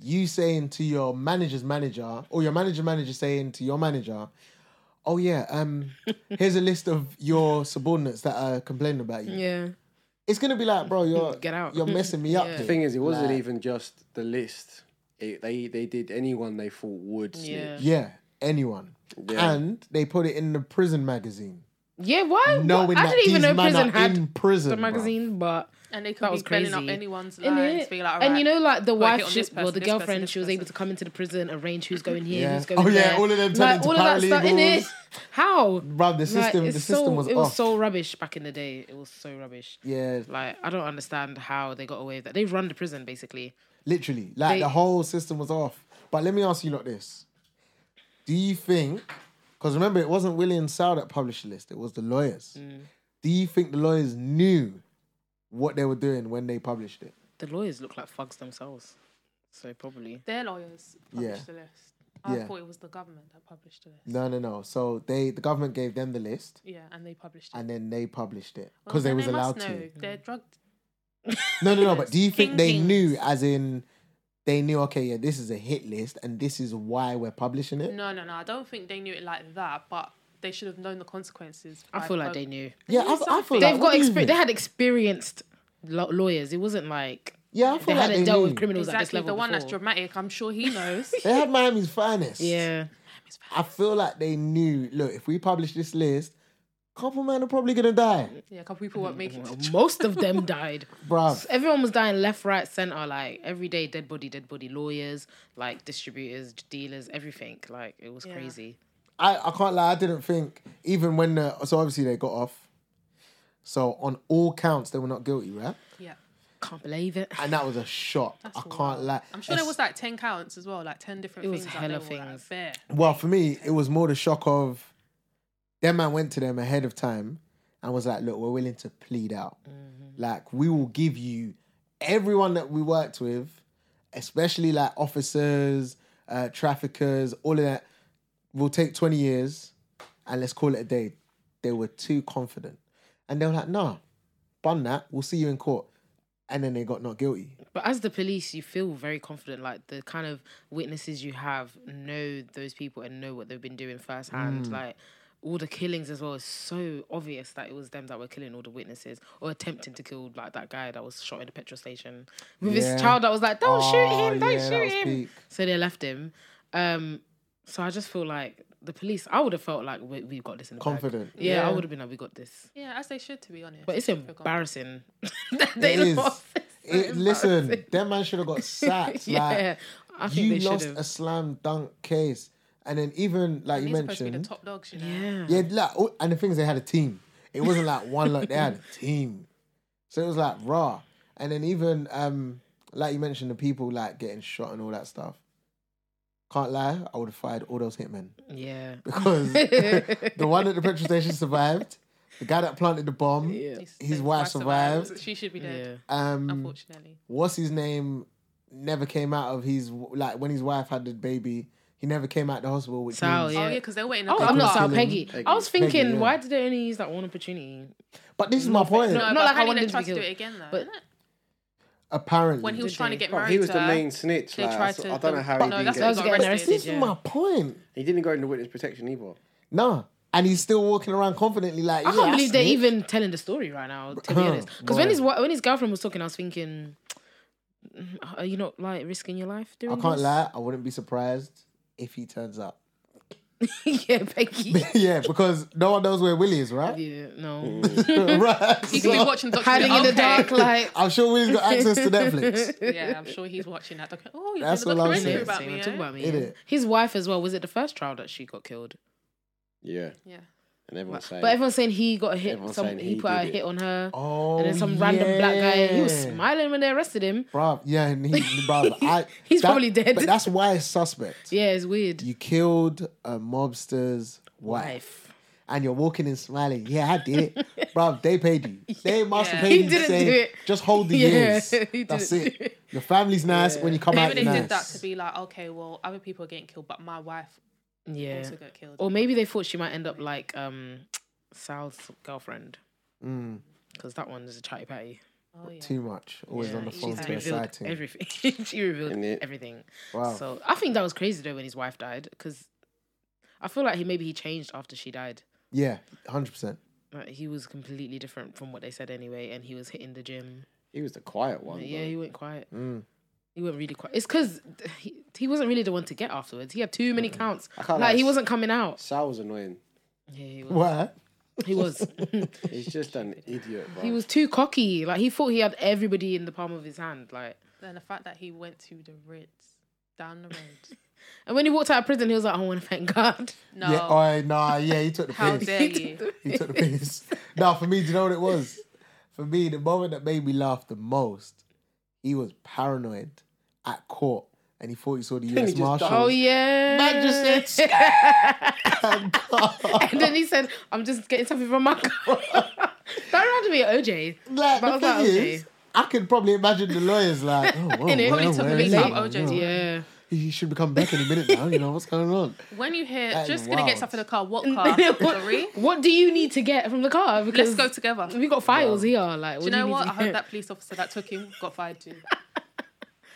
C: you saying to your manager's manager or your manager manager saying to your manager, oh yeah, um, here's a list of your subordinates that are complaining about you.
A: yeah.
C: It's gonna be like, bro, you're
A: Get out.
C: you're messing me up.
A: Yeah.
C: here.
B: The thing is, it wasn't
C: Like-
B: even just the list. It, they they did anyone they thought would
A: Yeah.
B: snitch.
C: yeah, anyone,
B: Yeah.
C: and they put it in the prison magazine,
A: Yeah, why?
C: knowing
A: why- I
C: that
A: didn't even
C: these
A: know
C: men
A: prison
C: are
A: had
C: in prison.
A: the
C: bruv.
A: magazine, but
D: and they could
A: That
D: be
A: was
D: spelling up
A: crazy.
D: anyone's
A: in
D: lives,
A: it.
D: being like,
A: and
D: "Alright,
A: you know, like the
D: gotta hit
A: wife,
D: on
A: she,
D: this
A: well,
D: person,
A: the
D: this person,
A: girlfriend,
D: this
A: she was able to
D: person.
A: come into the prison, arrange who's going here,
C: Yeah.
A: who's going
C: Oh yeah,
A: there.
C: all of them
A: like,
C: turned
A: all
C: into
A: of that stuff in it.
C: paralegals.
A: How?
C: Bruv, the
A: Like,
C: system,
A: it's
C: the system
A: so,
C: was
A: it was
C: off.
A: so rubbish back in the day. It was so rubbish.
C: yeah,
A: Like I don't understand how they got away with that. They run the prison basically.
C: Literally, like
A: They-
C: the whole system was off. But let me ask you, like this: Do you think? Because remember, it wasn't Willie and Sal that published the list; it was the lawyers.
A: Mm.
C: Do you think the lawyers knew what they were doing when they published it?
A: The lawyers look like fugs themselves, so probably.
D: their lawyers published
C: Yeah.
D: the list. I
C: Yeah.
D: thought it was the government that published the list.
C: No, no, no. So they, the government gave them the list,
D: Yeah, and they published it
C: and then they published it
D: Well,
C: because
D: then
C: they was allowed
D: must know.
C: to.
D: They're drug.
C: No, no, no. But do you think they
D: Kingpins.
C: knew, as in, they knew? Okay, yeah, this is a hit list, and this is why we're publishing it.
D: No, no, no. I don't think they knew it like that, but they should have known the consequences.
A: I
D: by
A: feel like
D: pub-
A: they knew.
C: yeah, I,
D: knew
C: I feel
D: something.
C: like,
A: They've
C: what
A: got
C: do you
A: experience. They
C: think?
A: had experienced lo- lawyers. It wasn't like
C: Yeah, I feel
A: they
C: like
A: hadn't
C: they
A: dealt
C: knew.
A: with criminals at this
D: Exactly,
A: level
D: the one that's
A: before.
D: dramatic. I'm sure he knows.
C: They had Miami's finest.
A: yeah.
C: I feel like they knew. Look, if we publish this list, a couple men are probably gonna die,
D: yeah, a couple people weren't making it.
A: Most of them died.
C: bruv.
A: Everyone was dying left, right, center. Like every day, dead body, dead body. Lawyers, like distributors, dealers, everything. Like it was
D: Yeah.
A: crazy.
C: I, I can't lie. I didn't think even when the, so obviously they got off. So on all counts, they were not guilty, right?
D: Yeah,
A: Can't believe it.
C: And that was a shock. I can't lie.
D: I'm sure there was like ten counts as well, like ten different
A: It was
D: things.
A: hella
D: that they were, like,
A: things.
D: bare.
C: Well, for me, it was more the shock of their man went to them ahead of time and was like, look, we're willing to plead out.
A: Mm-hmm.
C: Like, we will give you everyone that we worked with, especially like officers, uh, traffickers, all of that. We'll take 20 years and let's call it a day. They were too confident. And they were like, nah, bun that. We'll see you in court. And then they got not guilty.
A: But as the police, you feel very confident. Like the kind of witnesses you have know those people and know what they've been doing firsthand.
C: Mm.
A: Like all the killings as well is so obvious that it was them that were killing all the witnesses or attempting to kill like that guy that was shot in the petrol station with
C: Yeah.
A: his child that was like, "Don't
C: Oh,
A: shoot him! Don't
C: yeah, that
A: shoot
C: was
A: him!"
C: peak.
A: So they left him. Um, so I just feel like the police. I would have felt like we, we got this in the bag.
C: Confident.
A: Yeah, I
C: Yeah.
A: would have been like, "We got this."
D: Yeah, as they should, to be honest.
A: But it's
D: I forgot.
A: embarrassing. that they
C: It is.
A: lost. It's so
C: It, listen,
A: embarrassing.
C: that man should have got sacked.
A: yeah,
C: Like,
A: I think
C: you
A: they should
C: lost
A: have.
C: a slam dunk case, and then even like you
D: These are supposed to be the
C: mentioned,
D: top dogs, you know.
A: Yeah.
C: yeah, like, oh, and the thing is, they had a team. It wasn't like one like they had a team, so it was like raw. And then even um, like you mentioned, the people like getting shot and all that stuff. Can't lie, I would have fired all those hitmen
A: Yeah.
C: because the one at the petrol station survived. The guy that planted the bomb,
A: Yeah.
D: His,
C: his wife survived.
D: She should be dead,
A: Yeah. Mm.
C: Um,
D: unfortunately.
C: what's his name never came out of his like when his wife had the baby. He never came out the hospital, which
A: Sal,
C: means,
A: Yeah.
D: Oh yeah, because they're waiting.
A: Oh,
D: at the
A: I'm not Sal
D: car.
A: Peggy.
B: Peggy.
A: I was thinking,
C: Peggy, yeah.
A: why did they only use that one opportunity?
C: but this is my point.
D: No,
A: Not
D: but
A: like I
D: apparently
A: wanted
D: they
A: to
D: tried
A: be
D: to do
A: killed.
D: it again though.
A: But-
D: innit?
C: Apparently,
D: when he was
A: Did
D: trying
A: they?
D: to get
B: Bro,
D: married,
B: he was
D: to
B: the
D: her,
B: main snitch.
D: they
B: like,
D: tried
B: so
D: to-
B: I don't know how
D: No,
B: he didn't
D: that's
B: get.
A: That
D: how he
A: was
D: got
A: getting
D: arrested.
C: this is
A: arrested. Yeah.
C: my point.
B: He didn't go into witness protection either.
C: Nah, and he's still walking around confidently like
A: I
C: yeah,
A: can't believe they're
C: snitch.
A: even telling the story right now. To be
C: Huh,
A: honest, because when
C: boy.
A: his wa- when his girlfriend was talking, I was thinking, "Mm, are you not like risking your life doing
C: I can't
A: this?
C: lie. I wouldn't be surprised if he turns up.
A: yeah, Becky.
C: yeah, because no one knows where Willie is, right?
A: yeah, no.
C: right.
D: He
C: so-
D: could be watching Doctor
A: Hiding in the dark, like.
C: I'm sure Willie's got access to Netflix.
D: Yeah, I'm sure he's watching that. docu- Oh, you're
C: That's
D: doing
C: what
D: a
C: I'm
D: documentary
C: saying.
D: about
A: Same,
D: me.
A: talk
D: eh?
A: about me.
C: It
A: yeah.
C: is.
A: His wife as well. Was it the first child that she got killed?
B: Yeah,
D: Yeah.
B: and everyone's saying.
A: But everyone's saying he got a hit.
B: Everyone's
A: Some,
B: saying
A: he
B: he
A: put out a
B: did it.
A: hit on her.
C: Oh,
A: and then some random black guy. He was
C: yeah.
A: smiling when they arrested him.
C: Bruv, yeah, and he, bruv, I,
A: He's probably dead.
C: But that's why it's suspect.
A: Yeah, it's weird.
C: You killed a mobster's wife,
A: Wife.
C: and you're walking and smiling. Yeah, I did it. Bruv, they paid you. They must have
D: Yeah.
C: paid
A: He
C: you. to
A: didn't
C: say,
A: do it.
C: Just hold the
A: Yeah,
C: years.
A: he
C: That's
A: didn't
C: it.
A: do it.
C: Your family's nice when you come out.
D: Maybe they
C: you're
D: did that
C: nice.
D: to be like, okay, well, other people are getting killed, but my wife
A: Yeah. Oh.
D: also got killed.
A: Or maybe they thought she might end up like um, Sal's girlfriend.
C: Mm.
A: Because that one is a chatty patty.
D: oh, yeah.
C: Too much. Always on the
A: She
C: phone
A: just
C: to
A: revealed
C: exciting.
A: everything. she revealed
B: And it-
A: everything.
C: Wow.
A: So I think that was crazy though when his wife died. Because I feel like he maybe he changed after she died.
C: yeah, hundred percent.
A: Like, he was completely different from what they said anyway, and he was hitting the gym.
B: he was the quiet one.
A: yeah, he went quiet.
C: Mm.
A: He went really quiet. It's because he, he wasn't really the one to get afterwards. He had too many counts.
B: I
A: Like
B: can't lie,
A: he wasn't coming out.
B: Sal was annoying.
A: Yeah, he was.
C: What?
A: He was.
B: He's just an idiot. Bro.
A: he was too cocky. Like he thought he had everybody in the palm of his hand. Like,
D: And the fact that he went to the Ritz down the road.
A: and when he walked out of prison, he was like, "I want to thank God."
D: No.
C: Yeah. Oh, nah. Yeah, he took the
D: How
C: piss.
D: dare you?
C: He took the piss. now, for me, do you know what it was? For me, the moment that made me laugh the most, he was paranoid at court and he thought he saw the US
B: just
C: Marshals.
A: Oh yeah.
C: Man just said,
A: and then he said, "I'm just getting something from my car." that reminded me of OJ.
C: like,
A: But I
C: the
A: was
C: thing
A: like, okay.
C: is, I could probably imagine the lawyers like, oh, whoa,
A: Innit?
C: where-
A: Probably
D: took a
C: where
D: bit
C: is
D: like
C: he?
D: OJ's.
C: Oh,
A: Yeah.
C: He should be coming back any minute now. You know what's going on?
D: When you hear,
C: That is
D: just gonna
C: wild.
D: get stuff in the car, what car? Ah, Sorry?
A: What do you need to get from the car?
D: Let's
A: Because
D: go together.
A: we got files here. Like,
D: Do you know
A: need
D: what?
A: to
D: I hope
A: get?
D: that police officer that took him got fired too.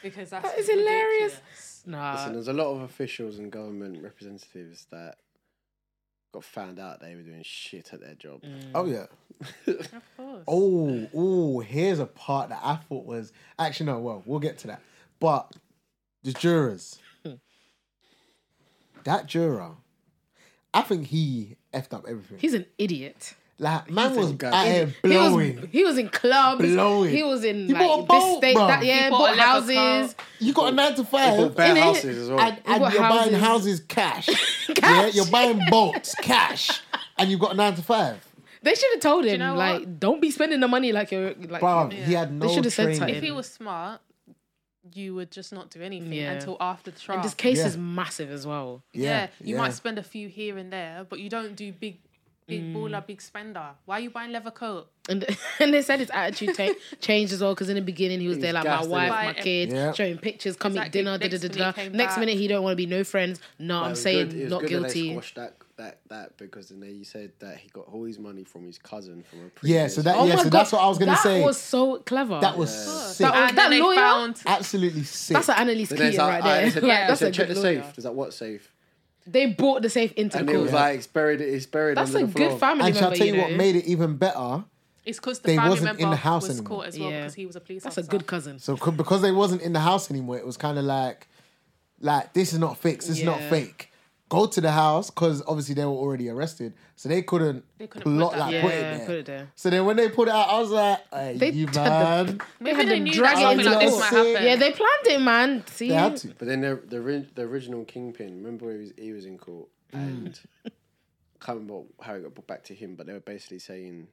D: Because that's
A: That is hilarious.
D: ridiculous.
A: Nah.
B: Listen, there's a lot of officials and government representatives that got found out they were doing shit at their job.
A: Mm.
C: Oh, yeah.
D: Of course.
C: Oh, oh, here's a part that I thought was actually no, well, we'll get to that. But the jurors. that juror, I think he effed up everything.
A: He's an idiot.
C: like man was
B: guy.
C: out here
A: He was,
C: blowing.
A: he was in clubs.
C: Blowing.
A: He was in
C: He
A: like,
C: bought a
A: this
C: boat,
A: state,
C: bruh.
A: that, yeah,
D: He
A: bought,
D: bought a leather
A: houses.
C: you got a nine to
B: They bought
C: five.
B: bare
A: innit?
B: houses as well.
C: And, and
A: bought
C: you're buying
A: houses.
C: houses cash. Yeah,
A: Cash.
C: you're buying boats cash. And you've got a nine to five.
A: They should have told him,
D: know
A: like, don't be spending the money like you're like.
C: Bruv, he had
A: They
C: no
A: should have said
C: training.
A: something.
D: If he was smart, you would just not do anything
A: Yeah.
D: until after the trial.
A: and this case
C: Yeah.
A: is massive as well.
D: yeah, you
C: yeah.
D: might spend a few here and there, but you don't do big, big
A: Mm.
D: baller, big spender. Why are you buying leather coat?
A: And and they said his attitude ta- changed as well because in the beginning he was there like my
B: gassed,
A: wife,
D: innit?
A: my kids,
C: Yeah.
A: showing pictures, coming
D: Exactly.
A: dinner, da
D: Next
A: da da
D: minute
A: da.
D: came
A: Next
D: back.
A: minute he don't want to be no friends. No,
B: But it
A: I'm
B: was
A: saying
B: good- it was
A: not
B: good that they
A: guilty.
B: squashed that, that, that because then they said that he got all his money from his cousin from a previous.
C: Yeah, so that
A: Oh
C: yeah,
A: my
C: so
A: God,
C: that's what I was gonna
A: that
C: say.
A: That was so clever.
C: that was sick.
A: That was-
D: and then they
A: lawyer-
D: found
C: Absolutely sick.
A: that's an Annalise
B: So
A: Keating
B: there's
A: right
B: like, I
A: there. Like,
B: said, they
A: that's a
B: said, check the
A: good lawyer.
B: safe. Is that what safe?
A: They brought the safe into
B: And it
A: court.
B: was like it's buried. It's buried
A: that's
B: under
A: a
B: the floor.
A: good family
C: and shall I
A: member.
C: tell you
A: know?
C: what made it even better?
D: It's because the
C: They
D: family
C: wasn't in
D: member
C: the house
D: was
C: anymore.
D: caught as well
A: Yeah.
D: because he was a police
A: That's a
D: officer.
A: good cousin.
C: So c- because they wasn't in the house anymore, it was kind of like, like this is not fixed. This is not
A: Yeah.
C: fake. Go to the house because obviously they were already arrested, so they couldn't,
D: They couldn't put
C: plot
D: that-
C: like
A: yeah,
C: put it there.
A: put it there.
C: So then when they put it out, I was like, hey,
A: They
C: you
A: had the-
C: man,
A: They had
D: they
A: them
D: knew
A: drag
D: that
A: it
D: something
A: into
D: like this might
A: court.
D: happen.
A: Yeah, they planned it, man. See,
C: they had to.
B: But then the the, ori- the original kingpin. Remember he was he was in court
C: Mm.
B: and can't remember how it got brought back to him. But they were basically saying,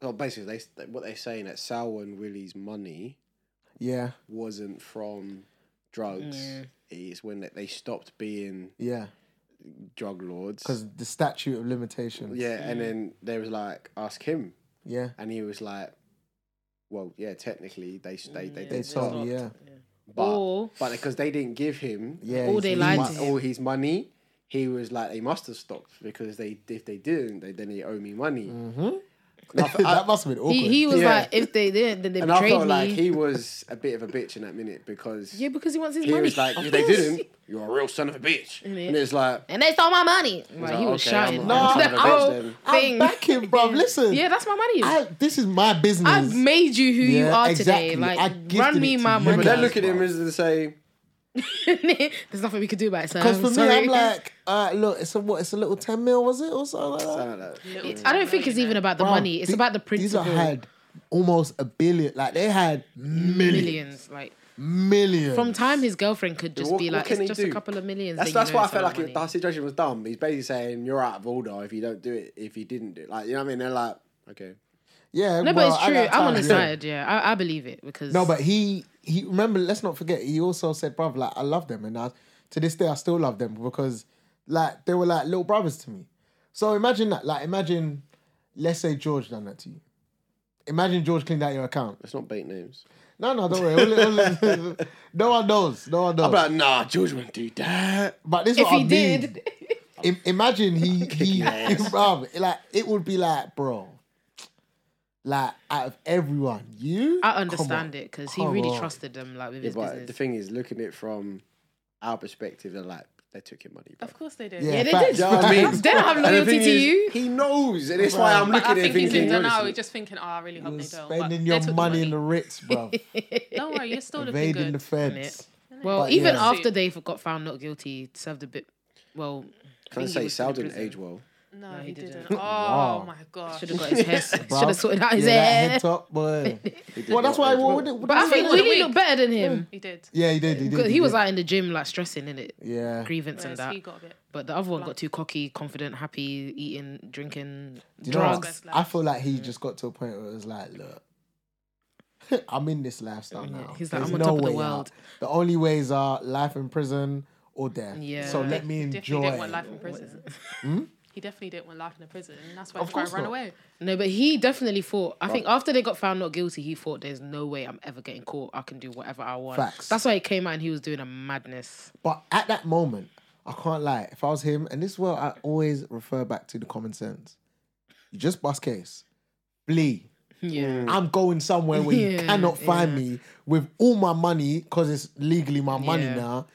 B: well, basically they what they're saying that Sal and Willie's money
C: Yeah,
B: wasn't from drugs. It's when they, they stopped being
C: yeah,
B: drug lords.
C: because the statute of limitations.
B: Yeah, and then they was like, ask him,
C: yeah,
B: and he was like, well, yeah, technically they they they
C: they
B: did stop,
C: told. Mm, Yeah,
B: but
A: Or-
B: but because they didn't give him
C: yeah.
A: All
C: he's-
A: they
C: he
A: lied
C: might-
A: to him.
B: all his money, he was like, they must have stopped because they if they didn't, they then they owe me money.
A: Mm-hmm.
B: And I, fe- I-
C: that must have been awkward.
A: he, he was
B: Yeah.
A: like, if they did, then they
B: and I
A: betrayed
B: felt
A: me.
B: like he was a bit of a bitch in that minute because
A: yeah, because he wants his
B: he
A: money.
B: was like,
A: Of
B: if they
A: course.
B: didn't, you're a real son of a bitch, and
A: it-
B: it's like.
A: and they stole my money. Like,
B: like,
A: he was
B: okay,
A: shouting.
B: I'm-
A: No,
B: I'm
A: the
B: trying to
A: whole
B: avenge them.
A: thing.
C: I'm backing, bro. Listen,
A: yeah, that's my money. I,
C: I, this is my business.
A: have made you who you
C: Yeah,
A: are
C: exactly.
A: today. Like,
C: I gifted
A: run
C: it
A: me
C: to
A: my
C: you.
A: money.
B: But then
C: Yeah,
B: look at
C: bro.
B: him as to say,
A: There's nothing we could do about it. So
C: Because for me,
A: Um, sorry.
C: I'm like, all right, look, it's a what? It's a little ten mil, was it, or something like that?
B: Something like that.
D: Little
A: I
D: tiny
A: don't think it's
D: millionaire.
A: even about the
C: Bruh,
A: money. It's
C: the-
A: about the
C: These
A: principle.
C: are had almost a billion. Like they had millions,
A: millions, like
C: millions.
A: from time his girlfriend could just
B: what-
A: be
B: what
A: like,
B: can
A: it's
B: he
A: just a
B: do?"
A: couple of millions.
B: That's
A: that you
B: that's
A: know
B: why I
A: it's a
B: felt
A: lot of
B: like it,
A: money.
B: that situation was dumb. He's basically saying you're out of order if you don't do it. If you didn't do it, like you know what I mean? They're like, okay,
C: yeah,
A: No, but
C: well,
A: it's
C: at
A: true.
C: that
A: I'm on
C: time,
A: his
C: yeah.
A: side. Yeah, I, I believe it because
C: No, but he he remember. Let's not forget. He also said, "Brother, like I love them," and I, to this day I still love them because like they were like little brothers to me. So imagine that. Like imagine, let's say George done that to you. Imagine George cleaned out your account.
B: let's not bait names.
C: No, no, don't worry. We'll- we'll- no one knows. No one knows.
B: I'm like, nah, George wouldn't do that.
C: But this is
A: if
C: what
A: he
C: I mean.
A: did,
C: Im- imagine he he,
B: your ass.
C: bruv, like it would be like, bro, like out of everyone, you.
A: I understand it because he
C: Come
A: really
C: on.
A: trusted them, like with
B: Yeah,
A: his
B: but the
A: business.
B: thing is, looking at it from our perspective, they're like, they took your money. Bro.
D: Of course they do.
C: Yeah,
A: Yeah, they
C: facts,
A: did.
B: Do you know what I
C: facts.
B: mean?
A: They don't have
B: And the
A: loyalty
B: thing
A: to
B: is,
A: you.
B: He knows, and that's why I'm
D: But
B: looking
D: I
B: at it
D: think he's in
B: thinking.
D: denial. He's
B: honestly,
D: just thinking, oh, I really hope
C: You're
D: they don't. But
C: spending
D: they
C: your
D: took
C: money, in the Ritz, bro.
D: Don't worry, you're still looking
C: Invading
D: good.
C: the feds.
A: Well,
C: But
A: even
C: yeah.
A: after they got found not guilty, served a bit. Well, I
B: Can I
A: think he
B: say
A: was still in
B: Sal didn't
A: prison.
B: age well?
D: No,
A: he
D: he
A: didn't.
D: didn't. Oh my god.
A: Should have got his hair. Should
C: Bruv.
A: have sorted out his
C: yeah, that
A: hair.
C: head top, boy. well, that's why. Well, what, did- what
A: But
C: did
A: I
C: he
A: think
C: do?
D: Willie-
A: Willie looked better than him.
D: He did.
C: Yeah, he did. He did.
A: Because
C: he
A: he was
C: did.
A: like in the gym, like stressing, in it,
C: yeah.
A: grievance and
D: Whereas
A: that.
D: he got a bit.
A: But the other one got too cocky, confident, happy, eating, drinking,
C: Do you know what?
A: drugs.
C: I feel like he just got to a point where it was like, look, I'm in this lifestyle
A: Yeah,
C: now.
A: he's like,
C: There's
A: I'm on
C: no
A: top of the
C: way
A: world.
C: out. The only ways are life in prison or death.
A: Yeah.
C: So let me
D: He definitely
C: enjoy.
D: didn't want
C: it.
D: life in prison. He definitely didn't want life in a prison, and that's why
C: Of
D: he tried
C: course
D: to run
C: not.
D: away.
A: No, but he definitely thought. I think after they got found not guilty, he thought there's no way I'm ever getting caught. I can do whatever I want.
C: Facts.
A: That's why he came out and he was doing a madness.
C: But at that moment, I can't lie. If I was him, and this is where I always refer back to the common sense. You just bust case, flee.
A: Yeah.
C: Mm. I'm going somewhere where you
A: Yeah,
C: cannot find
A: yeah.
C: me with all my money because it's legally my money
A: Yeah.
C: now.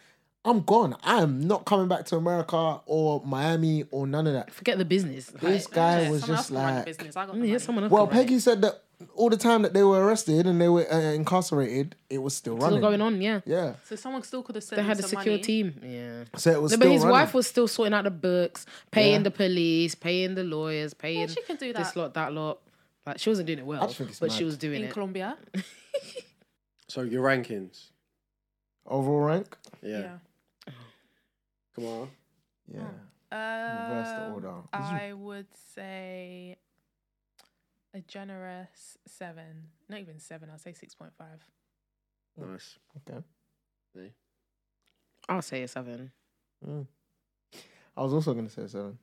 C: I'm gone. I am not coming back to America or Miami or none of that.
A: Forget the business.
C: This
A: Like,
C: guy
D: Yeah,
C: was
D: someone
C: just
D: else can run the
C: like-
D: business. I got the
A: yeah,
D: money.
A: someone else.
C: Well,
A: can run it.
C: Peggy said that all the time that they were arrested and they were uh, incarcerated, it was still running.
A: Still going on, yeah.
C: Yeah.
D: So someone still could have sent
A: They
D: him
A: had a
D: some
A: secure
D: money.
A: team. Yeah.
C: So it was
A: No,
C: still
A: but his
C: running.
A: wife was still sorting out the books, paying
C: Yeah.
A: the police, paying the lawyers, paying
D: she can do
A: this
D: that.
A: lot, that lot. Like she wasn't doing it well,
C: just think it's
A: but she
C: mad.
A: was doing
D: in
A: it.
D: Colombia.
B: So your rankings,
C: Overall rank?
B: yeah, come on.
C: Yeah.
A: Uh,
D: Yeah.
C: Reverse the
D: Um,
C: order.
D: I would say a generous seven. Not even seven. I'll say six point five.
B: Nice.
C: Okay.
A: I'll say a seven.
C: Mm. I was also going to say seven.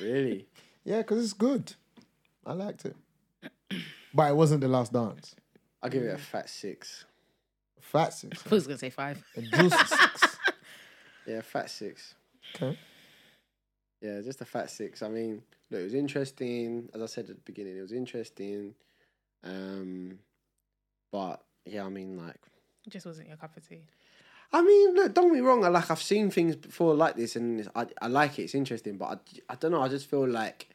B: Really?
C: Yeah, because it's good. I liked it. but it wasn't the last dance.
B: I'll give it a fat six.
C: Fat six.
A: I was gonna say five.
C: A juicy six.
B: Yeah, fat six.
C: Okay.
B: Yeah, just a fat six. I mean, look, it was interesting. As I said at the beginning, it was interesting. Um, but yeah, I mean, like,
D: It just wasn't your cup of tea.
B: I mean, look, don't be wrong. I like I've seen things before like this, and it's- I I like it. It's interesting, but I, I don't know. I just feel like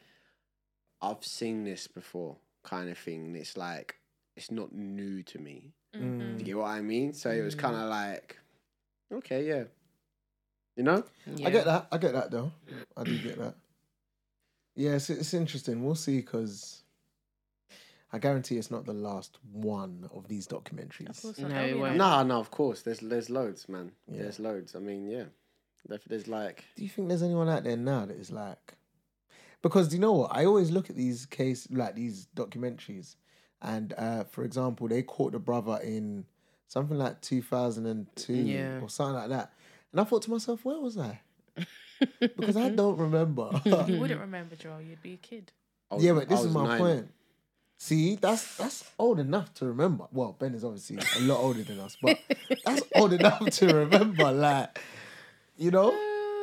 B: I've seen this before, kind of thing. It's like it's not new to me.
D: Mm-hmm.
C: Mm.
B: You get what I mean? So it was kind of like, okay, yeah, you know,
A: Yeah.
C: I get that. I get that though. I do get that. Yeah, it's, it's interesting. We'll see because I guarantee it's not the last one of these
D: Of
C: documentaries.
D: course,
A: No,
D: not. That
A: it
D: would be
A: won't.
D: nice.
B: nah, no, of course. There's there's loads, man.
C: Yeah.
B: There's loads. I mean, yeah, there's, there's like
C: Do you think there's anyone out there now that is like? Because do you know what? I always look at these case like these documentaries, and uh, for example, they caught the brother in something like 2002
A: Yeah.
C: or something like that, and I thought to myself, where was I? Because I don't remember.
D: You wouldn't remember Joel. You'd be a kid.
B: I was-
C: Yeah, but
B: I
C: this is
B: was
C: my
B: nine.
C: point. See, that's that's old enough to remember. Well, Ben is obviously a lot older than us, but that's old enough to remember. Like, you know,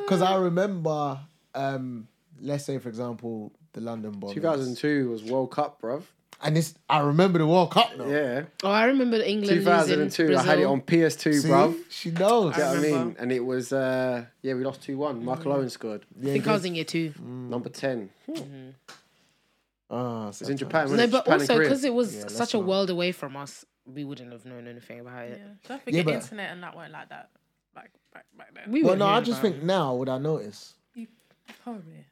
C: because I remember, um, let's say for example, the London bombing.
B: 2002 was World Cup, bruv.
C: and this I remember the World Cup. Though.
B: Yeah,
A: Oh, I remember England.
B: 2002. I had it on PS2,
C: See,
B: bruv.
C: she knows.
B: Do you know what I
D: remember.
B: mean? And it was, uh, yeah, we lost 2 1.
C: Mm.
B: Michael Owen scored.
A: I think I was in year two.
B: Number 10. It
C: Ah,
B: was in Japan.
A: No,
B: wasn't it?
A: but
B: Japan and
A: also
B: Korea.
A: because it was
C: that's
A: such a
C: not-
A: world away from us, we wouldn't have known anything about
D: Yeah.
A: it.
D: Don't forget
C: but-
D: internet and that weren't like that. back back then.
A: We
C: Well,
A: weren't
C: no, I
A: hearing
C: just
A: about
C: think now would I notice?
D: Probably.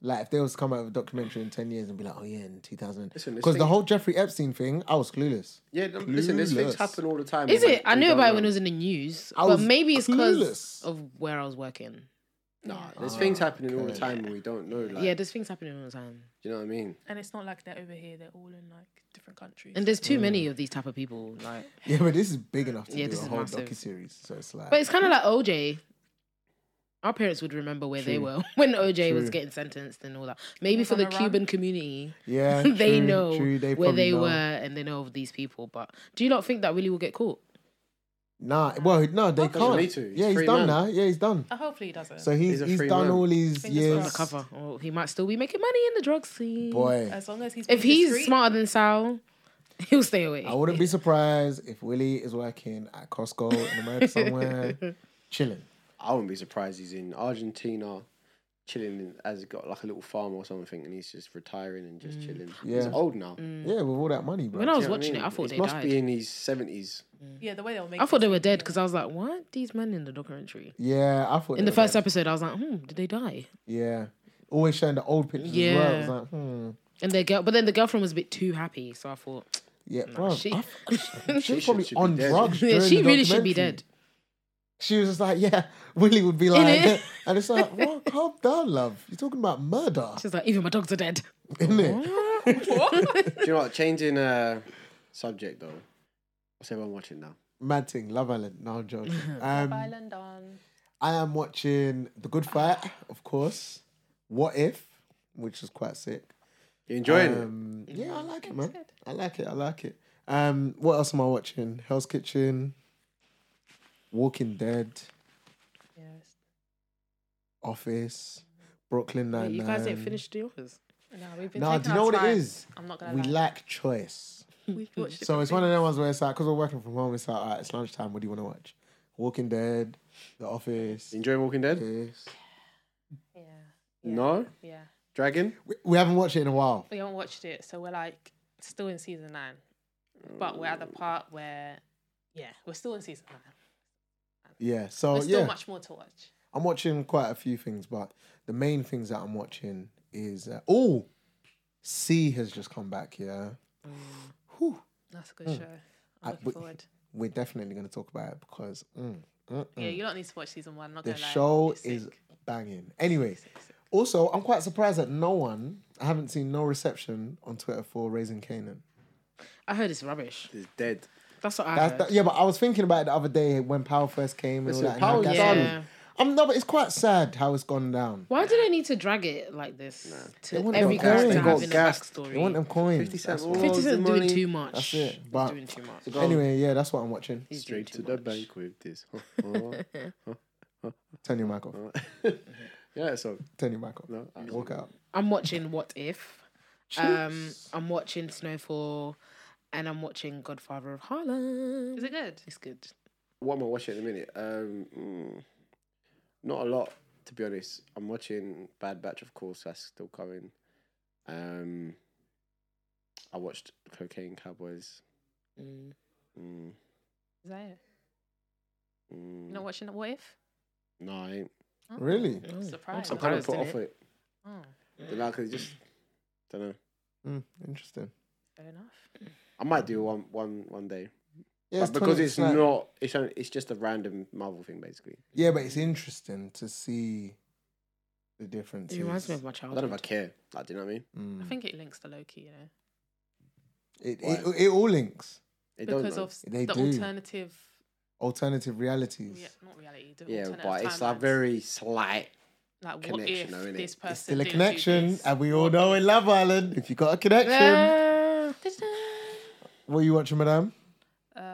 C: Like if they was to come out with a documentary in ten years and be like, oh yeah, in two thousand,
B: Listen, this
C: because the
B: thing-
C: whole Jeffrey Epstein thing, I was clueless.
B: Yeah, th- listen, these things
C: Clueless.
B: happen all the time.
A: Is
B: and,
A: it?
B: like,
A: I
B: we
A: knew
B: don't
A: about it
B: know.
A: when it was in the news,
C: I
A: but
C: was
A: maybe it's because
C: clueless.
A: of where I was working.
B: Nah, there's things happening all the time and we don't know. Like,
A: yeah,
B: yeah.
A: there's things happening all the time,
B: you know what I mean?
D: And it's not like they're over here, they're all in like different countries.
A: and there's too many of these type of people. Like,
C: Yeah, but this is big enough to
A: Yeah,
C: do
A: this
C: a
A: is
C: whole
A: massive.
C: docu series. So it's like,
A: but it's kind of like OJ. Our parents would remember where they were when OJ was getting sentenced and all that. Maybe
D: was
A: for
D: on
A: the
D: a run.
A: Cuban community,
C: yeah,
A: they
C: true,
A: know
C: true, they
A: where
C: probably
A: they
C: know.
A: were and they know of these people. But do you not think that Willie will get caught?
C: Nah, well, no, they
B: doesn't
C: can't.
B: need to. He's
C: yeah, he's
B: free
C: done
B: man.
C: now. Yeah, he's done.
D: Uh, hopefully he doesn't.
C: So he's
B: He's a
C: he's
B: free
C: done
B: man.
C: all his
D: Fingers
C: years.
D: crossed.
A: Cover, or he might still be making money in the drug scene.
C: Boy,
D: as long as he's
A: if
D: being
A: he's
D: discreet,
A: smarter than Sal, he'll stay away.
C: I wouldn't be surprised if Willie is working at Costco in America somewhere, chilling.
B: I wouldn't be surprised he's in Argentina chilling in, has got like a little farm or something and he's just retiring and just chilling. He's
C: Yeah.
B: old now.
A: Hmm.
B: Do
C: Yeah, with all that money, bro.
A: When Mm. I was
B: you know what
A: watching it,
B: mean?
A: I thought
B: He
A: they
B: must
A: died.
B: be in his 70s.
D: Yeah, the way they'll make
A: I thought
D: it
A: they
D: seem
A: were dead
D: real.
A: because I was like, what? These men in the documentary.
C: yeah, I thought
A: In
C: they
A: the
C: were
A: first
C: dead.
A: episode, I was like, hmm, did they die?
C: Yeah, always showing the old pictures as well. It was
A: Yeah.
C: like, hmm,
A: And their girl, but then the girlfriend was a bit too happy, so I thought,
C: yeah,
A: nah,
C: bro.
A: she,
C: Oh, I- she was
B: should-
C: probably
B: should be
C: on
B: dead.
C: drugs.
A: yeah,
C: during
A: she
C: the
A: really should be
C: documentary.
A: dead.
C: She was just like, yeah, Willie would be like,
A: it?
C: and it's like, well, calm down, love. You're talking about murder,
A: She's like, even my dogs are dead.
C: isn't it?
B: Do you know what? Changing uh, subject though. What's everyone watching now?
C: Mad thing, Love Island. No, I'm joking. Um,
D: Island on.
C: I am watching The Good Fight, of course. What If, which is quite sick.
B: You enjoying it?
C: Um, yeah, I like it, man. I like it. I like it. Um, what else am I watching? Hell's Kitchen, Walking Dead,
D: Yes.
C: Office, Brooklyn Nine
A: Wait,
C: Nine.
A: you guys didn't finish the offers.
D: No, we've been
C: Nah,
D: taking
C: do you know
D: our
C: what it
D: time.
C: is?
D: I'm not gonna
C: We
D: lie.
C: lack choice.
D: We've watched
C: So it's one of them ones where it's like, because we're working from home, it's like, all right, it's lunchtime. What do you want to watch? Walking Dead, The Office.
B: You enjoying Walking Dead?
C: this.
D: Yeah.
B: No?
D: Yeah.
B: Dragon?
C: We, we haven't watched it in a while.
D: We haven't watched it, so we're like still in season nine. But we're at the part where yeah, we're still in season nine.
C: Yeah, so
D: There's still
C: Oh, yeah.
D: much more to watch.
C: I'm watching quite a few things, but the main things that I'm watching is uh, oh, C has just come back. Yeah,
D: Mm.
C: Whew.
D: That's a good show.
C: Mm. I-
D: I'm looking
C: but-
D: forward.
C: we're definitely going to talk about it because mm, mm, mm.
D: Yeah, you don't need to watch season one. I'm not
C: the
D: gonna lie.
C: show
D: It's
C: is
D: sick.
C: banging. Anyway, also I'm quite surprised that no one. I haven't seen no reception on Twitter for Raising Canaan.
A: I heard it's rubbish.
B: Is dead.
A: That's what I
C: That's
A: heard.
C: that, yeah, but I was thinking about it the other day when Power first came. And all
B: Listen,
C: that and how
B: Power's
C: that's
A: done.
C: done.
A: Yeah.
C: Um, no, but it's quite sad how it's gone down.
A: Why do they need to drag it like this?
C: They
A: To
C: want
A: every
C: them gassed.
A: character
C: They got
A: having a
B: gassed.
A: backstory.
C: They want them coins.
B: 50 Cent.
C: That's
B: all
C: all.
A: 50
B: the
A: Cent's doing
B: money.
A: too much.
C: That's it, but-
A: doing too much.
B: Go
C: Anyway, yeah, that's what I'm watching.
A: He's doing
B: Straight
A: too
B: to the
A: much.
B: bank with this.
C: Turn your mic off.
B: yeah, so
C: Turn your mic off.
B: No, uh, I-
C: Walk out.
A: I'm watching What If. Um, I'm watching Snowfall, and I'm watching Godfather of Harlem.
D: Is it good?
A: It's good.
B: what am I watching at the minute? Um, mm, not a lot, to be honest. I'm watching Bad Batch, of course. That's still coming. Um, I watched Cocaine Cowboys.
A: Mm.
B: Mm,
D: Is that it?
B: mm,
D: You're not watching What If?
B: no, I ain't.
C: Really?
A: Oh, I'm
D: Surprise.
B: I'm kind of
A: surprised,
B: put
A: innit?
B: off it.
D: Oh,
B: But now, cause it just don't know.
C: Mm, interesting.
D: fair enough.
B: I might do one one one day,
C: Yeah,
B: but because
C: 20
B: it's
C: like-
B: not, it's only, it's just a random Marvel thing, basically.
C: Yeah, but it's interesting to see the differences.
A: It reminds me of my
B: I don't know if I
A: childhood.
B: care. Like, do you know what I mean?
D: I
C: Mm.
D: think it links to Loki, you know,
C: It,
B: Why?
C: it, it all links.
B: It don't
D: because
B: know.
D: of
C: They
D: the
C: do.
D: alternative,
C: Alternative realities.
D: yeah, not reality, the
B: yeah,
D: alternative
B: but it's a
D: timelines.
B: very slight.
D: like what
B: connection,
D: if
B: though, innit?
D: this
B: It's
D: person
C: It's still a
D: didn't do
C: connection,
D: this?
C: and we all know in Love Island, if you got a connection, what are you watching, madam?
D: Um,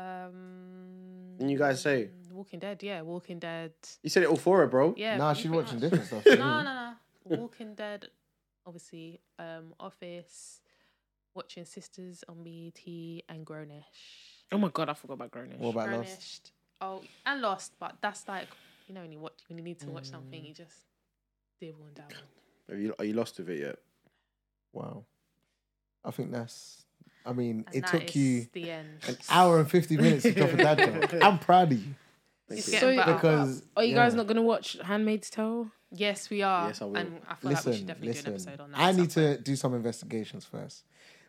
B: And you guys say
D: Walking Dead, yeah, Walking Dead,
B: you said it all for her, bro.
D: yeah.
C: nah,
D: you
C: she's
D: pretty
C: watching
D: much-
C: different stuff.
D: No,
C: too.
D: no, no. Walking Dead, obviously. Um, Office, watching Sisters on BET, and Grownish.
A: Oh my god, I forgot about Grownish.
C: What about Lost?
D: Furnished. Oh, and lost, but that's like you know when you watch when you need to watch something,
C: Mm.
D: you just dibble and dabble.
B: Are you are you lost with it yet?
C: Wow. I think that's, I mean,
D: And
C: it
D: that
C: took
D: is
C: you
D: the end.
C: an hour and 50 minutes to drop a dad joke. I'm proud of you.
B: Thank
D: It's
B: you.
D: getting
A: So-
D: better.
C: because
A: Are you guys
C: yeah.
A: not gonna watch Handmaid's Tale?
D: Yes, we are.
B: Yes, I will.
D: And I feel like we should
C: listen,
D: definitely do
C: listen.
D: an episode on that.
C: I
D: at
C: need
D: some
C: to do some investigations first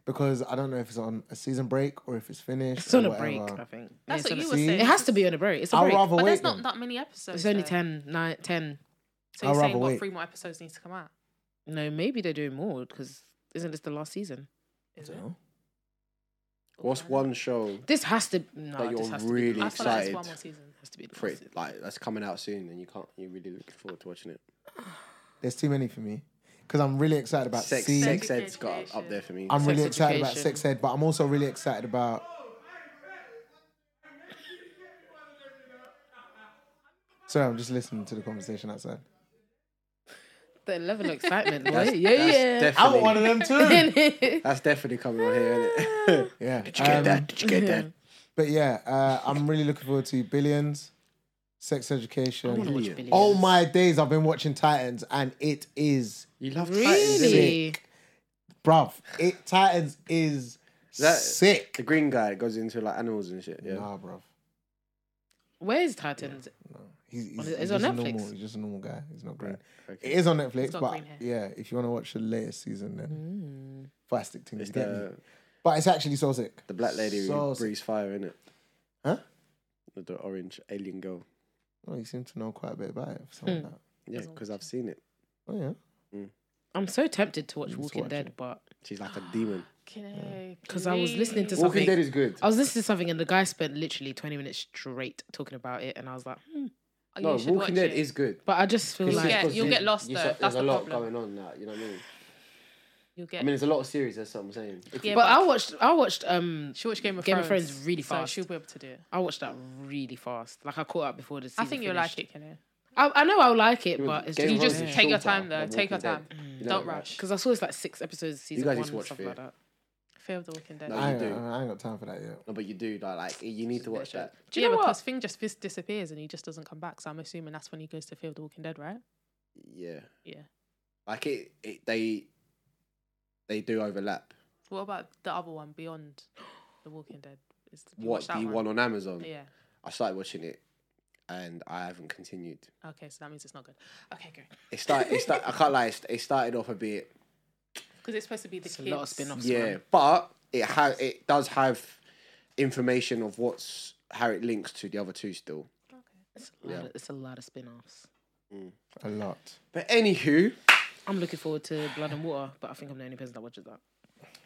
C: because I don't know if it's on a season break or if it's finished.
A: It's on
C: or
A: a break,
C: whatever.
A: I think.
D: That's
A: Yeah,
D: what
A: it's
D: you
A: on
D: were
A: a-
C: See?
D: saying.
A: It has to be on a break. It's a
C: I'd
A: break.
C: rather
D: But
C: wait.
D: there's
C: then.
D: not that many episodes.
A: It's only
D: though.
A: 10, nine, 10.
D: So
C: I'd
D: you're saying
C: rather
D: what
C: wait.
D: three more episodes need to come out?
A: No, maybe they're doing more because isn't this the last season?
D: Is
C: I
D: it?
C: don't know.
B: What's one show
A: This has to. No,
B: that
A: this
B: you're
A: has to be.
B: really
A: the
D: I
A: last
D: feel
A: season.
D: like it's
B: excited
D: one more season.
A: Has to be the
B: for?
A: last
B: It, like that's coming out soon, and you can't. You're really looking forward to watching it.
C: There's too many for me because I'm really excited about
B: Sex,
C: seeing.
B: sex ed's got up there for me.
C: I'm really
A: Sex
C: excited about
A: education.
C: sex ed, but I'm also really excited about. Sorry, I'm just listening to the conversation outside.
A: The level of excitement, boy.
B: That's-
A: yeah,
B: that's
A: yeah.
B: Definitely,
C: them too.
B: That's definitely coming on here, isn't it?
C: yeah.
B: Did you get
C: um,
B: that? Did you get that?
C: But yeah, uh, I'm really looking forward to billions, sex
A: I want to
C: education.
A: watch
B: Brilliant.
A: Billions.
C: Oh my days, I've been watching Titans and it is
B: You love Titans, innit?
A: Really?
C: bruv. It Titans is
B: That-
C: sick.
B: The green guy that goes into like animals and shit. Yeah.
C: Nah, bruv.
A: Where's Titans?
C: No. He's, he's,
A: it- it's
C: he's
A: on
C: just a
A: Netflix?
C: normal. He's just a normal guy. He's not green.
B: Okay.
C: It is on Netflix,
D: He's got
C: but
D: green hair.
C: yeah, if you want to watch the latest season, then
A: Mm.
C: plastic things.
B: It's
C: you get me.
B: the
C: But it's actually so sick.
B: the black lady
C: So
B: who
C: sick.
B: breathes fire, isn't it?
C: Huh?
B: The, the orange alien girl.
C: Oh, you seem to know quite a bit about it. For
A: Hmm.
C: someone that.
B: Yeah,
D: Doesn't
B: because I've seen it.
C: Oh yeah.
A: I'm so tempted to watch
C: Let's
A: Walking
C: watch
A: Dead,
C: it.
A: but
B: She's like a demon.
A: because I was listening to
D: please.
A: something.
B: is good.
D: Oh,
A: I was listening to something and the guy spent literally 20 minutes straight talking about it, and I was like, hmm.
D: Oh, you
B: No,
D: should watch
B: Walking Dead
D: it.
B: is good.
A: but I just feel
D: You'll
A: like
D: get- you'll get lost, though.
B: There's
D: That's
B: a
D: the
B: lot
D: problem.
B: going on now. You know what I mean?
D: You'll get.
B: I mean, there's a lot of series. That's what I'm saying. If
D: Yeah,
A: But I watched. I watched. Um,
D: she watched Game of
A: Game
D: Thrones.
A: of Thrones really fast.
D: So she'll be able to do it.
A: I watched that really fast. Like I caught up before the season.
D: I think you'll
A: finished.
D: like it, Kenny.
A: I, I know I'll like it,
B: you-
A: but it's just
B: Game of
D: you
B: Thrones
D: just
B: is
D: take your
B: shorter
D: time, though.
B: than
D: Take your
B: Walking Dead. You know
D: Don't
B: that, right?
D: rush.
A: because I saw it's like six episodes of season
B: guys
A: one
B: just
A: and
B: watch
A: stuff
B: Fear.
A: like that.
D: Fear of the Walking Dead.
B: No,
C: I
B: Oh, you
C: ain't,
B: do.
C: I ain't got time for that yet.
B: No, but you do. Like, like you need to watch that.
A: Do you know
D: because
A: what?
D: Thing just vis- disappears and he just doesn't come back. So I'm assuming that's when he goes to Fear of the Walking Dead, right?
B: Yeah.
D: Yeah.
B: Like it, it they they do overlap.
D: What about the other one, Beyond the Walking Dead? Is, you
B: What
D: watched that
B: the one on Amazon?
D: Yeah.
B: I started watching it, and I haven't continued.
D: Okay, so that means it's not good. Okay, good.
B: It started. It start, I can't lie. it's- It started off a bit.
D: Because it's supposed to be the
A: It's a
D: kids.
A: lot of spin-offs.
B: yeah,
A: man.
B: but it ha- It does have information of what's how it links to the other two still.
A: It's a lot,
B: Yeah.
A: of, it's a lot of spin-offs.
C: A lot.
B: But anywho,
A: I'm looking forward to Blood and Water, but I think I'm the only person that watches that.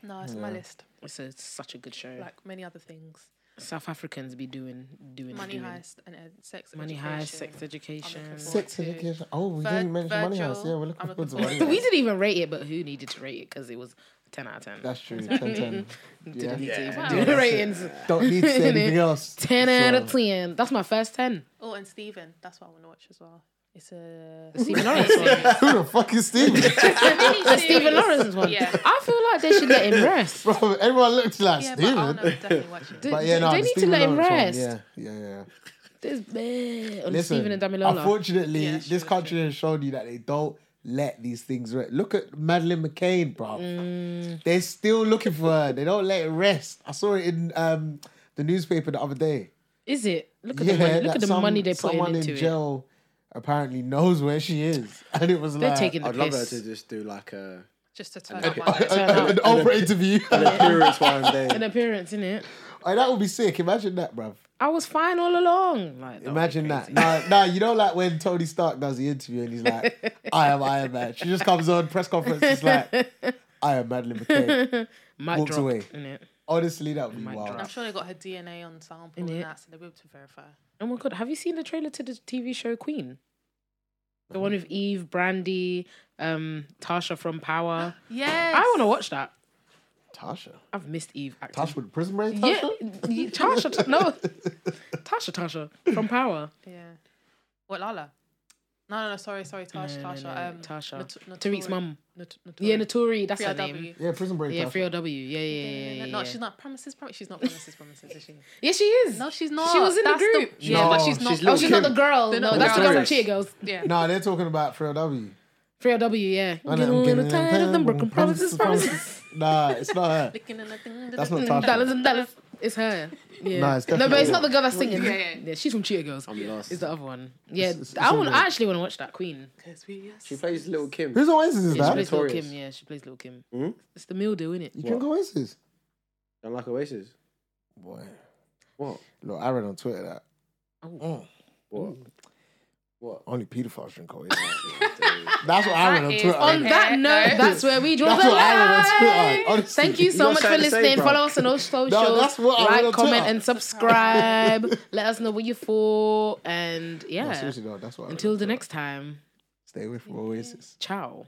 D: No, it's on my list.
A: It's a, such a good show.
D: Like many other things.
A: South Africans be doing doing
D: Money
A: doing.
D: Heist and ed- Sex
A: money
D: education.
A: heist, sex education.
D: forward
C: Sex
D: to-
C: education. Oh, we
D: Vir-
C: didn't mention Money House.
D: Virgil,
C: Yeah, we're looking
D: I'm
C: forward to
D: looking
C: Money
D: forward
A: we
C: House.
A: didn't even rate it, but who needed to rate it because it was ten out of ten.
C: That's true. 10 10.
A: Didn't need to even
C: Yeah.
D: Wow.
A: do
D: Yeah,
A: the
D: that's
A: ratings.
C: Don't need to say anything else.
A: Ten out of
C: So,
A: ten. That's my first ten.
D: Oh, and Steven. That's what I want to watch as well. It's a
A: Stephen Lawrence one.
C: Who the fuck is Steven?
A: The Stephen Lawrence one.
D: Yeah.
A: I feel like they should let him rest.
C: Bro, everyone looked like
D: Yeah, but
C: Steven.
D: I'll definitely watch it.
A: They-
C: But yeah, no,
A: they
C: the
A: need
C: Stephen
A: to let him
C: Lawrence one,
A: rest.
C: Yeah, yeah, yeah.
A: There's bleh on
C: Listen,
A: Stephen and Damilola.
C: unfortunately,
D: Yeah,
C: this
D: sure,
C: country has shown you that they don't let these things rest. Look at Madeline McCain, bro.
A: Mm.
C: They're still looking for her. They don't let it rest. I saw it in um, the newspaper the other day.
A: Is it? Look at the money. Look
C: that
A: at the
C: some-
A: money they put
C: someone
A: into
C: in
A: it.
C: jail apparently knows where she is, and it was
A: They're
C: like
A: taking the
B: I'd love her
A: piss.
B: to just do like a
D: Just to turn
B: Okay.
D: up my
C: an,
A: out.
C: an Oprah interview.
B: an appearance one
A: An
B: day.
A: appearance in it.
C: Oh, that would be sick. Imagine that, bruv.
A: I was fine all along. Like that would be
C: Imagine that.
A: crazy.
C: No, no, you know, like when Tony Stark does the interview and he's like, I am Iron Man. She just comes on, press conference, she's like, I am Madeline McCain.
A: Mic
C: walks
A: drop,
C: away.
A: innit?
C: Honestly, that would be
A: Mic
C: wild.
D: I'm
A: drop.
D: sure they got her DNA on sample
A: Innit?
D: and that, so they'll be able to verify.
A: Oh my god! Have you seen the trailer to the TV show Queen? The one with Eve, Brandy, um, Tasha from Power.
D: Yes.
A: I want to watch that.
C: Tasha.
A: I've missed Eve. Acting.
C: Tasha with the prison break?
A: Yeah,
C: Tasha?
A: y- Tasha. T- no, Tasha. Tasha from Power.
D: Yeah. What Lala? No, no, no. Sorry, sorry. Tash,
A: No, no,
D: Tasha.
A: no,
D: um,
A: Tasha.
D: Nat-
A: Tariq's
D: Natori-
A: mum.
D: Nat- Natori.
A: Yeah, Notori. That's her
D: 3RW.
A: name.
C: Yeah, prison break.
A: Yeah,
C: Tasha.
A: Free W. Yeah, yeah, yeah, yeah,
D: Yeah,
A: yeah.
D: No, she's not premises. Prom- she's not premises. Premises. Is she?
A: Yeah, she is.
D: No, she's not.
A: She was in the
D: That's
A: group.
D: yeah, but
C: No,
D: she's not.
B: she's
A: Oh,
B: Lil'
A: she's not the
B: Kim.
A: girl.
D: They're
A: No,
D: not
A: that's the
B: girls.
A: girl from Cheer Girls.
D: Yeah.
C: No, they're talking about Freo W.
A: Free W. Yeah.
C: I
A: Getting
C: know,
A: a
C: I'm
A: little
C: getting-
A: tired of them broken promises, promises.
C: Nah, it's not her.
D: Licking and the thing-
C: That's not Tasha.
A: Dollars and dollars. It's her. Yeah.
C: No, it's
A: no, but
C: definitely
A: it's not
C: not.
A: the girl that's singing.
D: Yeah, yeah.
A: she's from Cheetah Girls.
B: I'm lost.
A: It's the other one. Yeah,
C: it's- it's
A: I
C: all
A: want.
C: good.
A: I actually want to watch that Queen.
D: Cause we are
B: She plays Little Kim.
C: Who's Oasis is
A: Yeah, she
C: that?
A: plays Little
B: Notorious.
A: Kim. Yeah, she plays Little Kim.
B: Hmm?
A: It's the meal deal, innit?
C: You can
B: What?
C: go Oasis.
B: Don't like Oasis.
C: Boy,
B: What?
C: look, I read on Twitter that
A: Oh.
C: mm,
B: What?
C: only pedophiles drink Oasis. That's what I read on
D: is
C: Twitter.
A: On that
D: Yeah,
A: note,
D: no.
A: that's where we draw
C: That's
A: the
C: what I read on Twitter,
A: line.
C: honestly.
A: Thank you so
B: You're
A: much
B: sad
A: for
B: to say,
A: listening.
B: bro.
A: Follow us on all socials.
C: that's what I read
A: like,
C: on
A: comment,
C: Twitter.
A: and subscribe. Let us know what you thought. And
C: No,
A: yeah,
C: seriously, though, that's what I read
A: until
C: on
A: the
C: Twitter.
A: next time.
C: Stay away from Oasis.
A: Ciao.